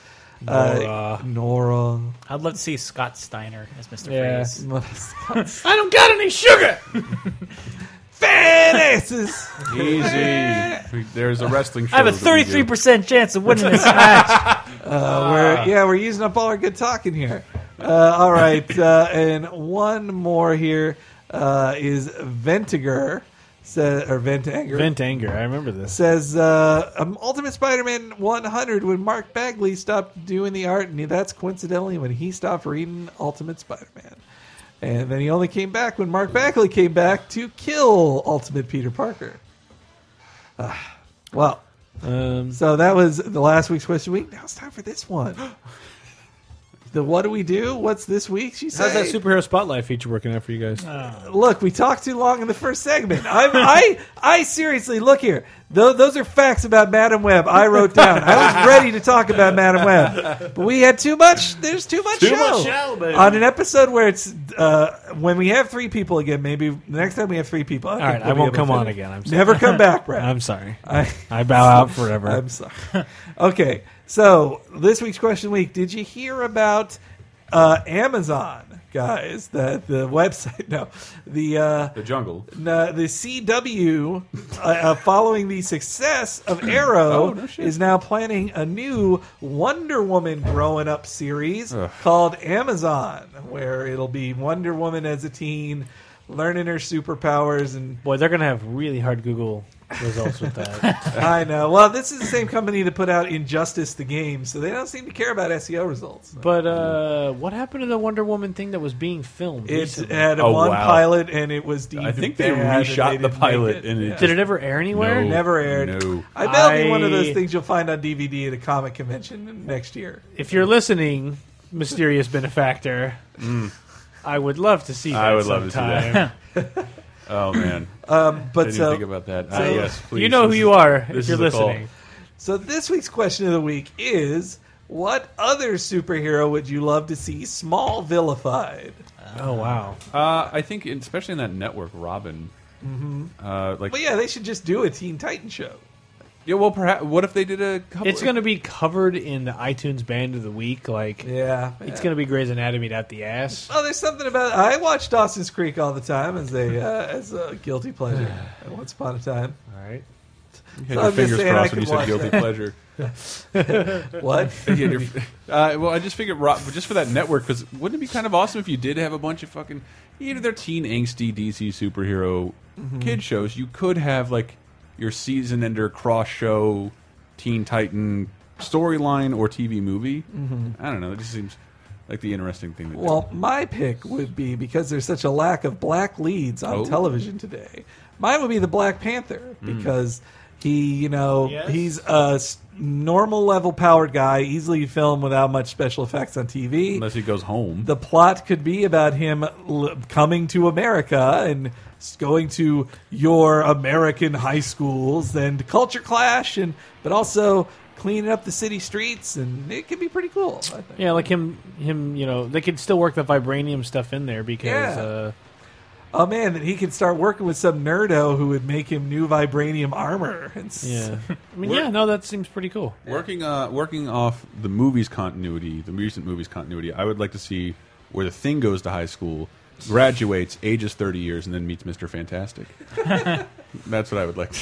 S1: uh, Nora.
S3: I'd love to see Scott Steiner as Mr.
S2: Yeah.
S3: Freeze.
S2: i don't got any sugar
S1: Fat asses.
S4: Easy. There's a wrestling show.
S3: I have a
S4: that we do.
S3: thirty-three percent chance of winning this match.
S1: Uh, we're, yeah, we're using up all our good talking here. Uh, all right, uh, and one more here uh, is Ventiger, sa- or Ventanger.
S2: vent anger i remember this
S1: Says uh, um, Ultimate Spider-Man 100 when Mark Bagley stopped doing the art, and that's coincidentally when he stopped reading Ultimate Spider-Man, and then he only came back when Mark Bagley came back to kill Ultimate Peter Parker. Ah, well,
S2: um,
S1: so that was the last week's question week. Now it's time for this one. the what do we do? What's this week? She
S2: How's that
S1: says.
S2: superhero spotlight feature working out for you guys?
S1: look, we talked too long in the first segment. I'm, I I seriously look here. Tho- those are facts about Madam Web. I wrote down. I was ready to talk about Madam Web, but we had too much. There's too much show.
S2: much show, baby.
S1: On an episode where it's uh, when we have three people again. Maybe the next time we have three people. I
S2: All right, I won't come on again. I'm sorry.
S1: Never come back, Brad.
S2: I'm sorry.
S1: I-
S2: I bow out forever.
S1: I'm sorry. okay, so this week's question week. Did you hear about uh, Amazon guys? That the website? No, the uh,
S4: The jungle.
S1: no, the CW, uh, uh, following the success of Arrow,
S4: Oh, no shit.
S1: is now planning a new Wonder Woman growing up series
S4: Ugh.
S1: called Amazon, where it'll be Wonder Woman as a teen. Learning her superpowers and
S2: Boy, they're gonna have really hard Google results with that.
S1: I know. Well, this is the same company that put out Injustice the game, so they don't seem to care about SEO results.
S2: but uh, what happened to the Wonder Woman thing that was being filmed?
S1: It's
S2: recently?
S1: had
S4: Oh,
S1: one
S4: wow.
S1: pilot, and it was deemed
S4: I think they
S1: bad and
S4: reshot
S1: they
S4: the
S1: didn't
S4: pilot
S1: make
S4: and it
S2: Did it ever air anywhere?
S4: uh, No.
S1: Never aired.
S4: No.
S1: I bet it'll be one of
S2: I-
S1: those things you'll find on DVD at a comic convention next year.
S2: If you're listening, mysterious benefactor, I would love to see. That
S4: Mm. I would love to see
S2: sometime.
S4: that. Oh man, I
S1: But
S4: didn't
S1: so,
S4: think about that. Ah, yes, please.
S2: you know who
S4: This
S2: you
S4: is-
S2: are
S4: this
S2: if you're
S4: is the call.
S2: listening.
S1: so this week's question of the week is: What other superhero would you love to see small vilified?
S2: Oh wow!
S4: Uh, I think, in- especially in that network, Robin. Mm-hmm. Uh, like,
S1: Well, yeah, they should just do a Teen Titan show.
S4: yeah. Well, perhaps. What if they did a? Couple,
S2: It's gonna be covered in the iTunes Band of the Week. Like
S1: Yeah,
S2: it's gonna be Grey's Anatomy out the ass.
S1: Oh, there's something about. I watch Dawson's Creek all the time as a uh, as a guilty pleasure. at Once upon a time,
S2: All right.
S4: You
S1: so
S4: had your
S1: I'm just
S4: fingers
S1: saying I
S4: crossed
S1: could
S4: when you said
S1: watch
S4: guilty pleasure.
S1: what?
S4: You had your- uh, well, I just figured, Rob, just for that network, because wouldn't it be kind of awesome if you did have a bunch of fucking either their teen angsty DC superhero
S1: Mm-hmm.
S4: kid shows? You could have like your season ender cross show, Teen Titan storyline or TV movie. I don't know. It just seems like the interesting thing. To do.
S1: Mm-hmm. Well, my pick would be because there's such a lack of black leads on
S4: Oh.
S1: television today. Mine would be the Black Panther because He, you know,
S2: Yes.
S1: he's a s- normal level powered guy, easily filmed without much special effects on TV.
S4: Unless he goes home.
S1: the plot could be about him l- coming to America and s- going to your American high schools and culture clash, and but also cleaning up the city streets, and it could be pretty cool. I think.
S2: Yeah, like him, him. You know, they could still work the vibranium stuff in there because
S1: Yeah.
S2: uh,
S1: Oh man, that he could start working with some nerdo who would make him new vibranium armor. And s-
S2: yeah. I mean,
S4: We're-
S2: yeah, no, that seems pretty cool.
S4: Working uh, working off the movies continuity, the recent movies continuity, I would like to see where the thing goes to high school, graduates, ages thirty years, and then meets Mister Fantastic. That's what I would like. To,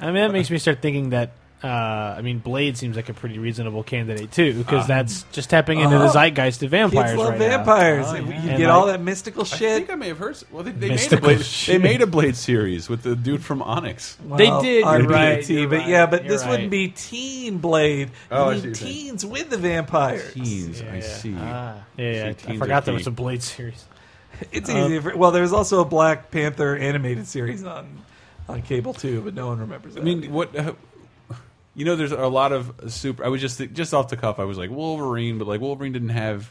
S2: I mean, that makes me start thinking that. Uh, I mean, Blade seems like a pretty reasonable candidate too, because that's just tapping into the
S1: Uh-huh.
S2: zeitgeist of vampires.
S1: Kids love
S2: right now.
S1: vampires.
S3: Oh,
S1: You
S3: yeah.
S1: get
S2: And,
S1: all
S2: like-
S1: that mystical
S4: I
S1: shit.
S4: think I may have heard. s- Well, they, they made a
S2: Mystical
S4: blade. They
S2: shit.
S4: made a blade series with the dude from Onyx.
S2: They did, you're
S1: RBT,
S2: right, you're
S1: but
S2: right,
S1: yeah, but
S2: you're
S1: this wouldn't
S2: right.
S1: be Teen Blade.
S4: Oh, I
S1: You
S4: see
S1: need
S4: what you're saying.
S1: teens with the vampires.
S4: Teens, I
S2: Yeah.
S4: see.
S3: Ah.
S2: Yeah, yeah,
S4: So
S2: I
S4: teens are
S2: forgot there
S4: key.
S2: was a Blade series.
S1: It's easy. For, well, there's also a Black Panther animated series on on cable too, but no one remembers. That
S4: I mean, what? Uh, you know, there's a lot of super. I was just just off the cuff. I was like Wolverine, but like Wolverine didn't have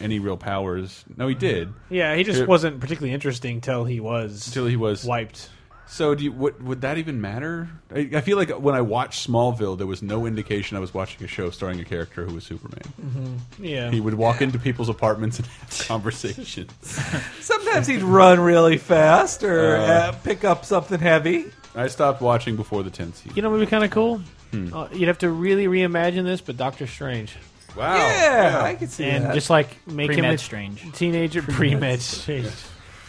S4: any real powers. No, he did
S2: Yeah, he just
S4: Here-
S2: wasn't particularly interesting till he was
S4: until he was.
S2: wiped.
S4: So, do you, would would that even matter? I, I feel like when I watched Smallville, there was no indication I was watching a show starring a character who was Superman.
S2: Yeah,
S4: He would walk into people's apartments and have conversations.
S1: sometimes he'd run really fast or
S4: Uh.
S1: uh, pick up something heavy.
S4: I stopped watching before the tenth season.
S2: you know, what would be kind of cool. Uh, you'd have to really reimagine this, but Doctor Strange,
S4: Wow.
S1: yeah, I could see
S2: and
S1: that.
S2: just like make him
S3: Pre-med
S2: a
S3: strange.
S2: teenager pre-med strange.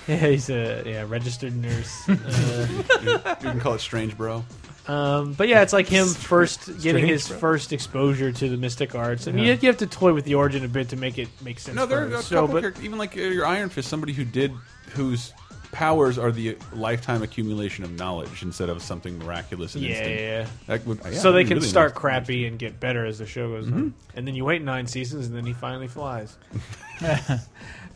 S2: Yeah, he's a yeah registered nurse. Uh,
S4: You can call it Strange Bro.
S2: um, but yeah, it's like him first getting
S1: strange,
S2: his
S1: bro.
S2: first exposure to the mystic arts. I mean, you, you have to toy with the origin a bit to make it make sense.
S4: No, there are a
S2: for
S4: couple
S2: it. so, but
S4: characters, even like uh, your Iron Fist, somebody who did whose powers are the lifetime accumulation of knowledge instead of something miraculous and
S2: yeah, yeah,
S4: instant.
S2: yeah.
S4: That would- yeah,
S2: so
S4: that'd
S2: they
S4: be
S2: can
S4: really Mm-hmm.
S2: start
S4: nice.
S2: crappy and get better as the show goes on, and then you wait nine seasons, and then he finally flies.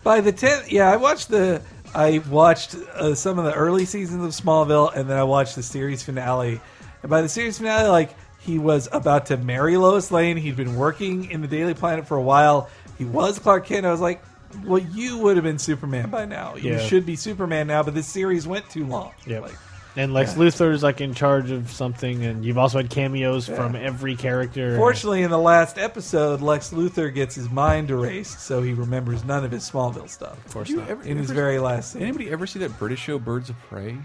S1: By the tenth, yeah, I watched the I watched uh, some of the early seasons of Smallville, and then I watched the series finale. And by the series finale, like he was about to marry Lois Lane. He'd been working in the Daily Planet for a while. He was Clark Kent. I was like, well, you would have been Superman by now. You
S2: Yeah.
S1: should be Superman now. But this series went too long.
S2: Yeah.
S1: Like,
S2: And Lex Luthor is like in charge of something, and you've also had cameos from every character.
S1: Fortunately, in the last episode, Lex Luthor gets his mind erased, so he remembers none of his Smallville stuff. Of
S4: course not.
S1: In his very last
S4: Did
S1: scene.
S4: anybody ever see that British show Birds of Prey?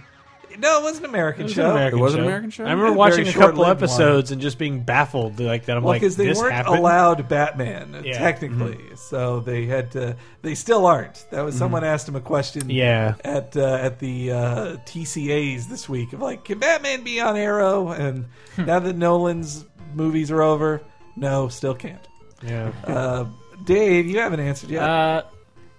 S1: No, it was an American
S2: it was,
S1: show.
S2: an American
S4: It was an
S2: show.
S4: American show?
S2: I remember
S1: Very
S2: watching a couple
S1: short-lived one.
S2: episodes and just being baffled, like that. I'm
S1: Well,
S2: like,
S1: because they
S2: this
S1: weren't
S2: happened?
S1: allowed Batman
S2: Yeah. Mm-hmm.
S1: technically, so they had to. They still aren't. That was someone asked him a question.
S2: Mm-hmm. Yeah.
S1: At uh, at the uh, TCAs this week of like, can Batman be on Arrow? And
S2: Hmm.
S1: now that Nolan's movies are over, no, still can't.
S2: Yeah. Oh,
S1: Uh, Dave, you haven't answered yet.
S3: Uh,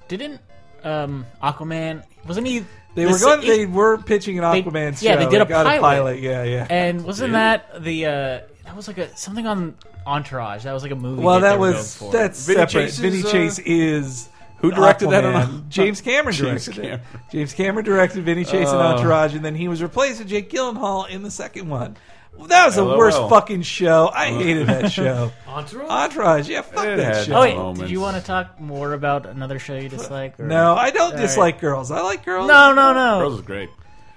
S3: didn't um, Aquaman? Wasn't he?
S1: they
S3: the
S1: were
S3: s-
S1: going.
S3: he-
S1: they were pitching an Aquaman
S3: yeah,
S1: show.
S3: they did a
S1: got
S3: pilot.
S1: Yeah, yeah.
S3: and wasn't that the uh, that was like a something on Entourage? That was like a movie.
S1: well,
S3: that,
S1: that
S3: they were
S1: was
S3: going for.
S1: that's
S4: Vinny
S1: separate.
S4: Chase's,
S1: Vinny
S4: uh,
S1: Chase is
S4: Who directed that on-
S1: Aquaman. James Cameron
S4: James
S1: directed
S4: Cameron.
S1: it. James Cameron directed Vinny Chase and
S4: Oh.
S1: Entourage, and then he was replaced with Jake Gyllenhaal in the second one. Well, that was the
S4: LOL.
S1: worst fucking show. I hated that show. Entourage, yeah, fuck
S4: It
S1: that
S4: had-
S1: show.
S3: Oh wait,
S4: moments.
S3: did you want to talk more about another show you dislike? Or?
S1: no, I don't
S3: All
S1: dislike
S3: right.
S1: girls. I like girls.
S3: no, no, no.
S4: Girls is great.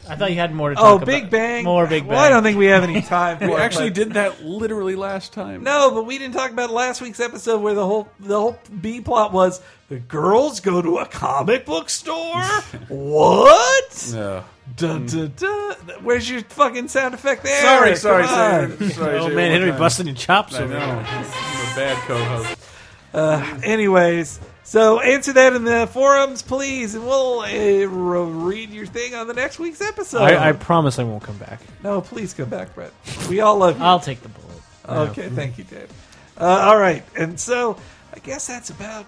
S3: I thought you had more to
S1: Oh,
S3: talk about.
S1: Big Bang.
S3: More Big Bang.
S1: Well, I don't think we have any time. for
S4: We
S1: it,
S4: actually
S1: but-
S4: did that literally last time.
S1: No, but we didn't talk about last week's episode where the whole the whole B plot was the girls go to a comic book store. what?
S4: No.
S1: Dun, dun, dun. Where's your fucking sound effect there?
S4: Sorry,
S1: Come
S4: sorry,
S1: on.
S4: sorry, sorry.
S2: Oh
S4: Jay,
S2: man,
S4: one
S2: Henry
S4: time.
S2: busting your chops
S4: I
S2: over
S4: know.
S2: there.
S4: I'm a bad co-host.
S1: Anyways, so answer that in the forums, please, and we'll uh, re- read your thing on the next week's episode.
S2: I, I promise I won't come back.
S1: no, please come back, Brett. We all love you.
S3: I'll take the bullet.
S1: Okay, thank you, Dave. Uh, all right, and so I guess that's about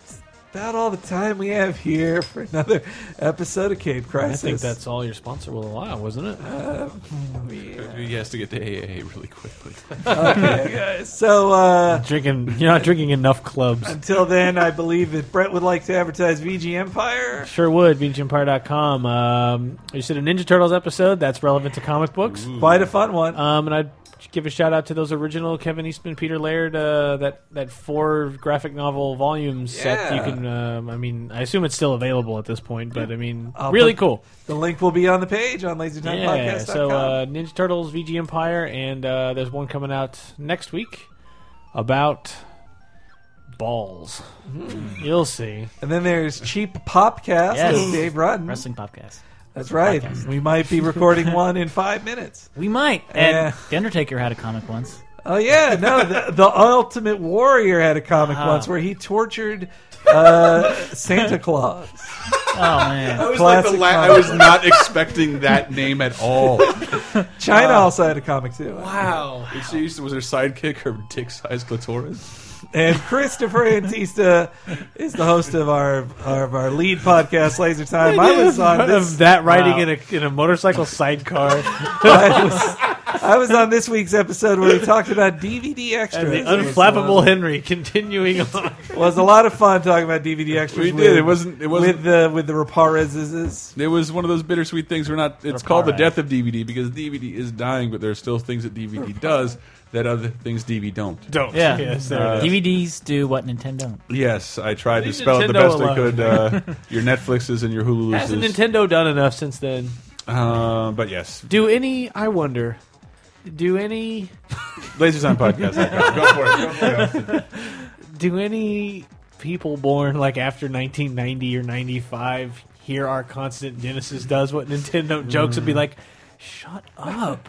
S1: about all the time we have here for another episode of Cape
S2: I
S1: Crisis.
S2: think that's all your sponsor will allow, wasn't it?
S1: Yeah.
S4: He has to get to AAA really quickly.
S1: Okay, guys. So uh,
S2: drinking, you're not drinking enough clubs.
S1: until then, I believe that Brett would like to advertise VG Empire.
S2: Sure would. VGEmpire.com. Um, you said a Ninja Turtles episode that's relevant to comic books.
S1: Quite a fun one.
S2: Um, and I'd give a shout out to those original Kevin Eastman, Peter Laird, uh, that that four graphic novel volume set. You
S1: Yeah.
S2: can, um, I mean, I assume it's still available at this point, but I mean,
S1: I'll
S2: really
S1: put-
S2: cool.
S1: The link will be on the page on LazyTimePodcast.com.
S2: Yeah. So uh, Ninja Turtles, VG Empire, and uh, there's one coming out next week about balls.
S1: Hmm.
S2: You'll see.
S1: and then there's Cheap Popcast
S3: Yes.
S1: with Dave Rudden.
S3: Wrestling podcast.
S1: That's right.
S3: Podcast.
S1: We might be recording one in five minutes.
S3: We might. And
S1: Yeah.
S3: The Undertaker had a comic once.
S1: Oh yeah, no, the, the Ultimate Warrior had a comic
S2: Uh-huh.
S3: Ah.
S1: once where he tortured uh, Santa Claus.
S3: Oh man.
S4: I was, like the
S1: Classic
S4: la- I
S1: comic.
S4: was not expecting that name at all.
S1: China also had a comic too.
S3: Wow.
S4: Did she use- was her sidekick her dick sized clitoris?
S1: And Christopher Antista is the host of our of our lead podcast, Laser Time. I was on
S2: of
S1: this.
S2: that riding
S3: Wow.
S2: in a in a motorcycle sidecar.
S1: I was, I was on this week's episode where we talked about DVD extras.
S2: And the
S1: It was,
S2: unflappable Henry continuing on.
S1: uh, was a lot of fun talking about DVD extras.
S4: We did.
S1: with-
S4: It wasn't- it wasn't-
S1: with the with the Raparez's.
S4: It was one of those bittersweet things. We're not. It's
S3: Rapara.
S4: called the death of DVD because DVD is dying, but there are still things that DVD does that other things DVD don't.
S1: Oh,
S2: Don't.
S3: Yeah.
S2: Yes, there it is.
S3: DVDs do what Nintendo. don't.
S4: Yes, I tried to
S2: Leave
S4: spell it the
S2: Nintendo
S4: best I could. Uh, your Netflixes and your Hulu's.
S2: Hasn't Nintendo done enough since then?
S4: Uh, but yes,
S2: Do any? I wonder. Do any?
S4: Lasers on podcast. go for it. Go for it.
S2: Do any people born like after 1990 or 95 hear our constant Genesis does what Nintendo jokes
S4: Mm.
S2: and be like, "Shut up."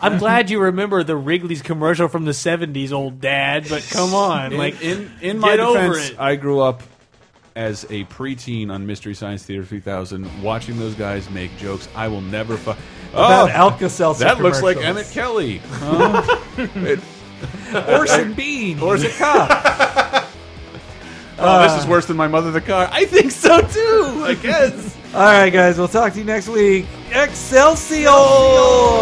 S2: I'm glad you remember the Wrigley's commercial from the 70s, old dad, but come on. Like
S4: in in my
S2: get over
S4: defense,
S2: it.
S4: I grew up as a preteen on Mystery Science Theater 3000, watching those guys make jokes. I will never. Fu-
S1: About
S4: oh,
S1: Alka Seltzer.
S4: that looks like Emmett Kelly. Huh? It-
S1: Orson Bean.
S4: Orson oh, this is worse than my mother the car. I think so too. I guess.
S1: All right, guys. We'll talk to you next week. Excelsior!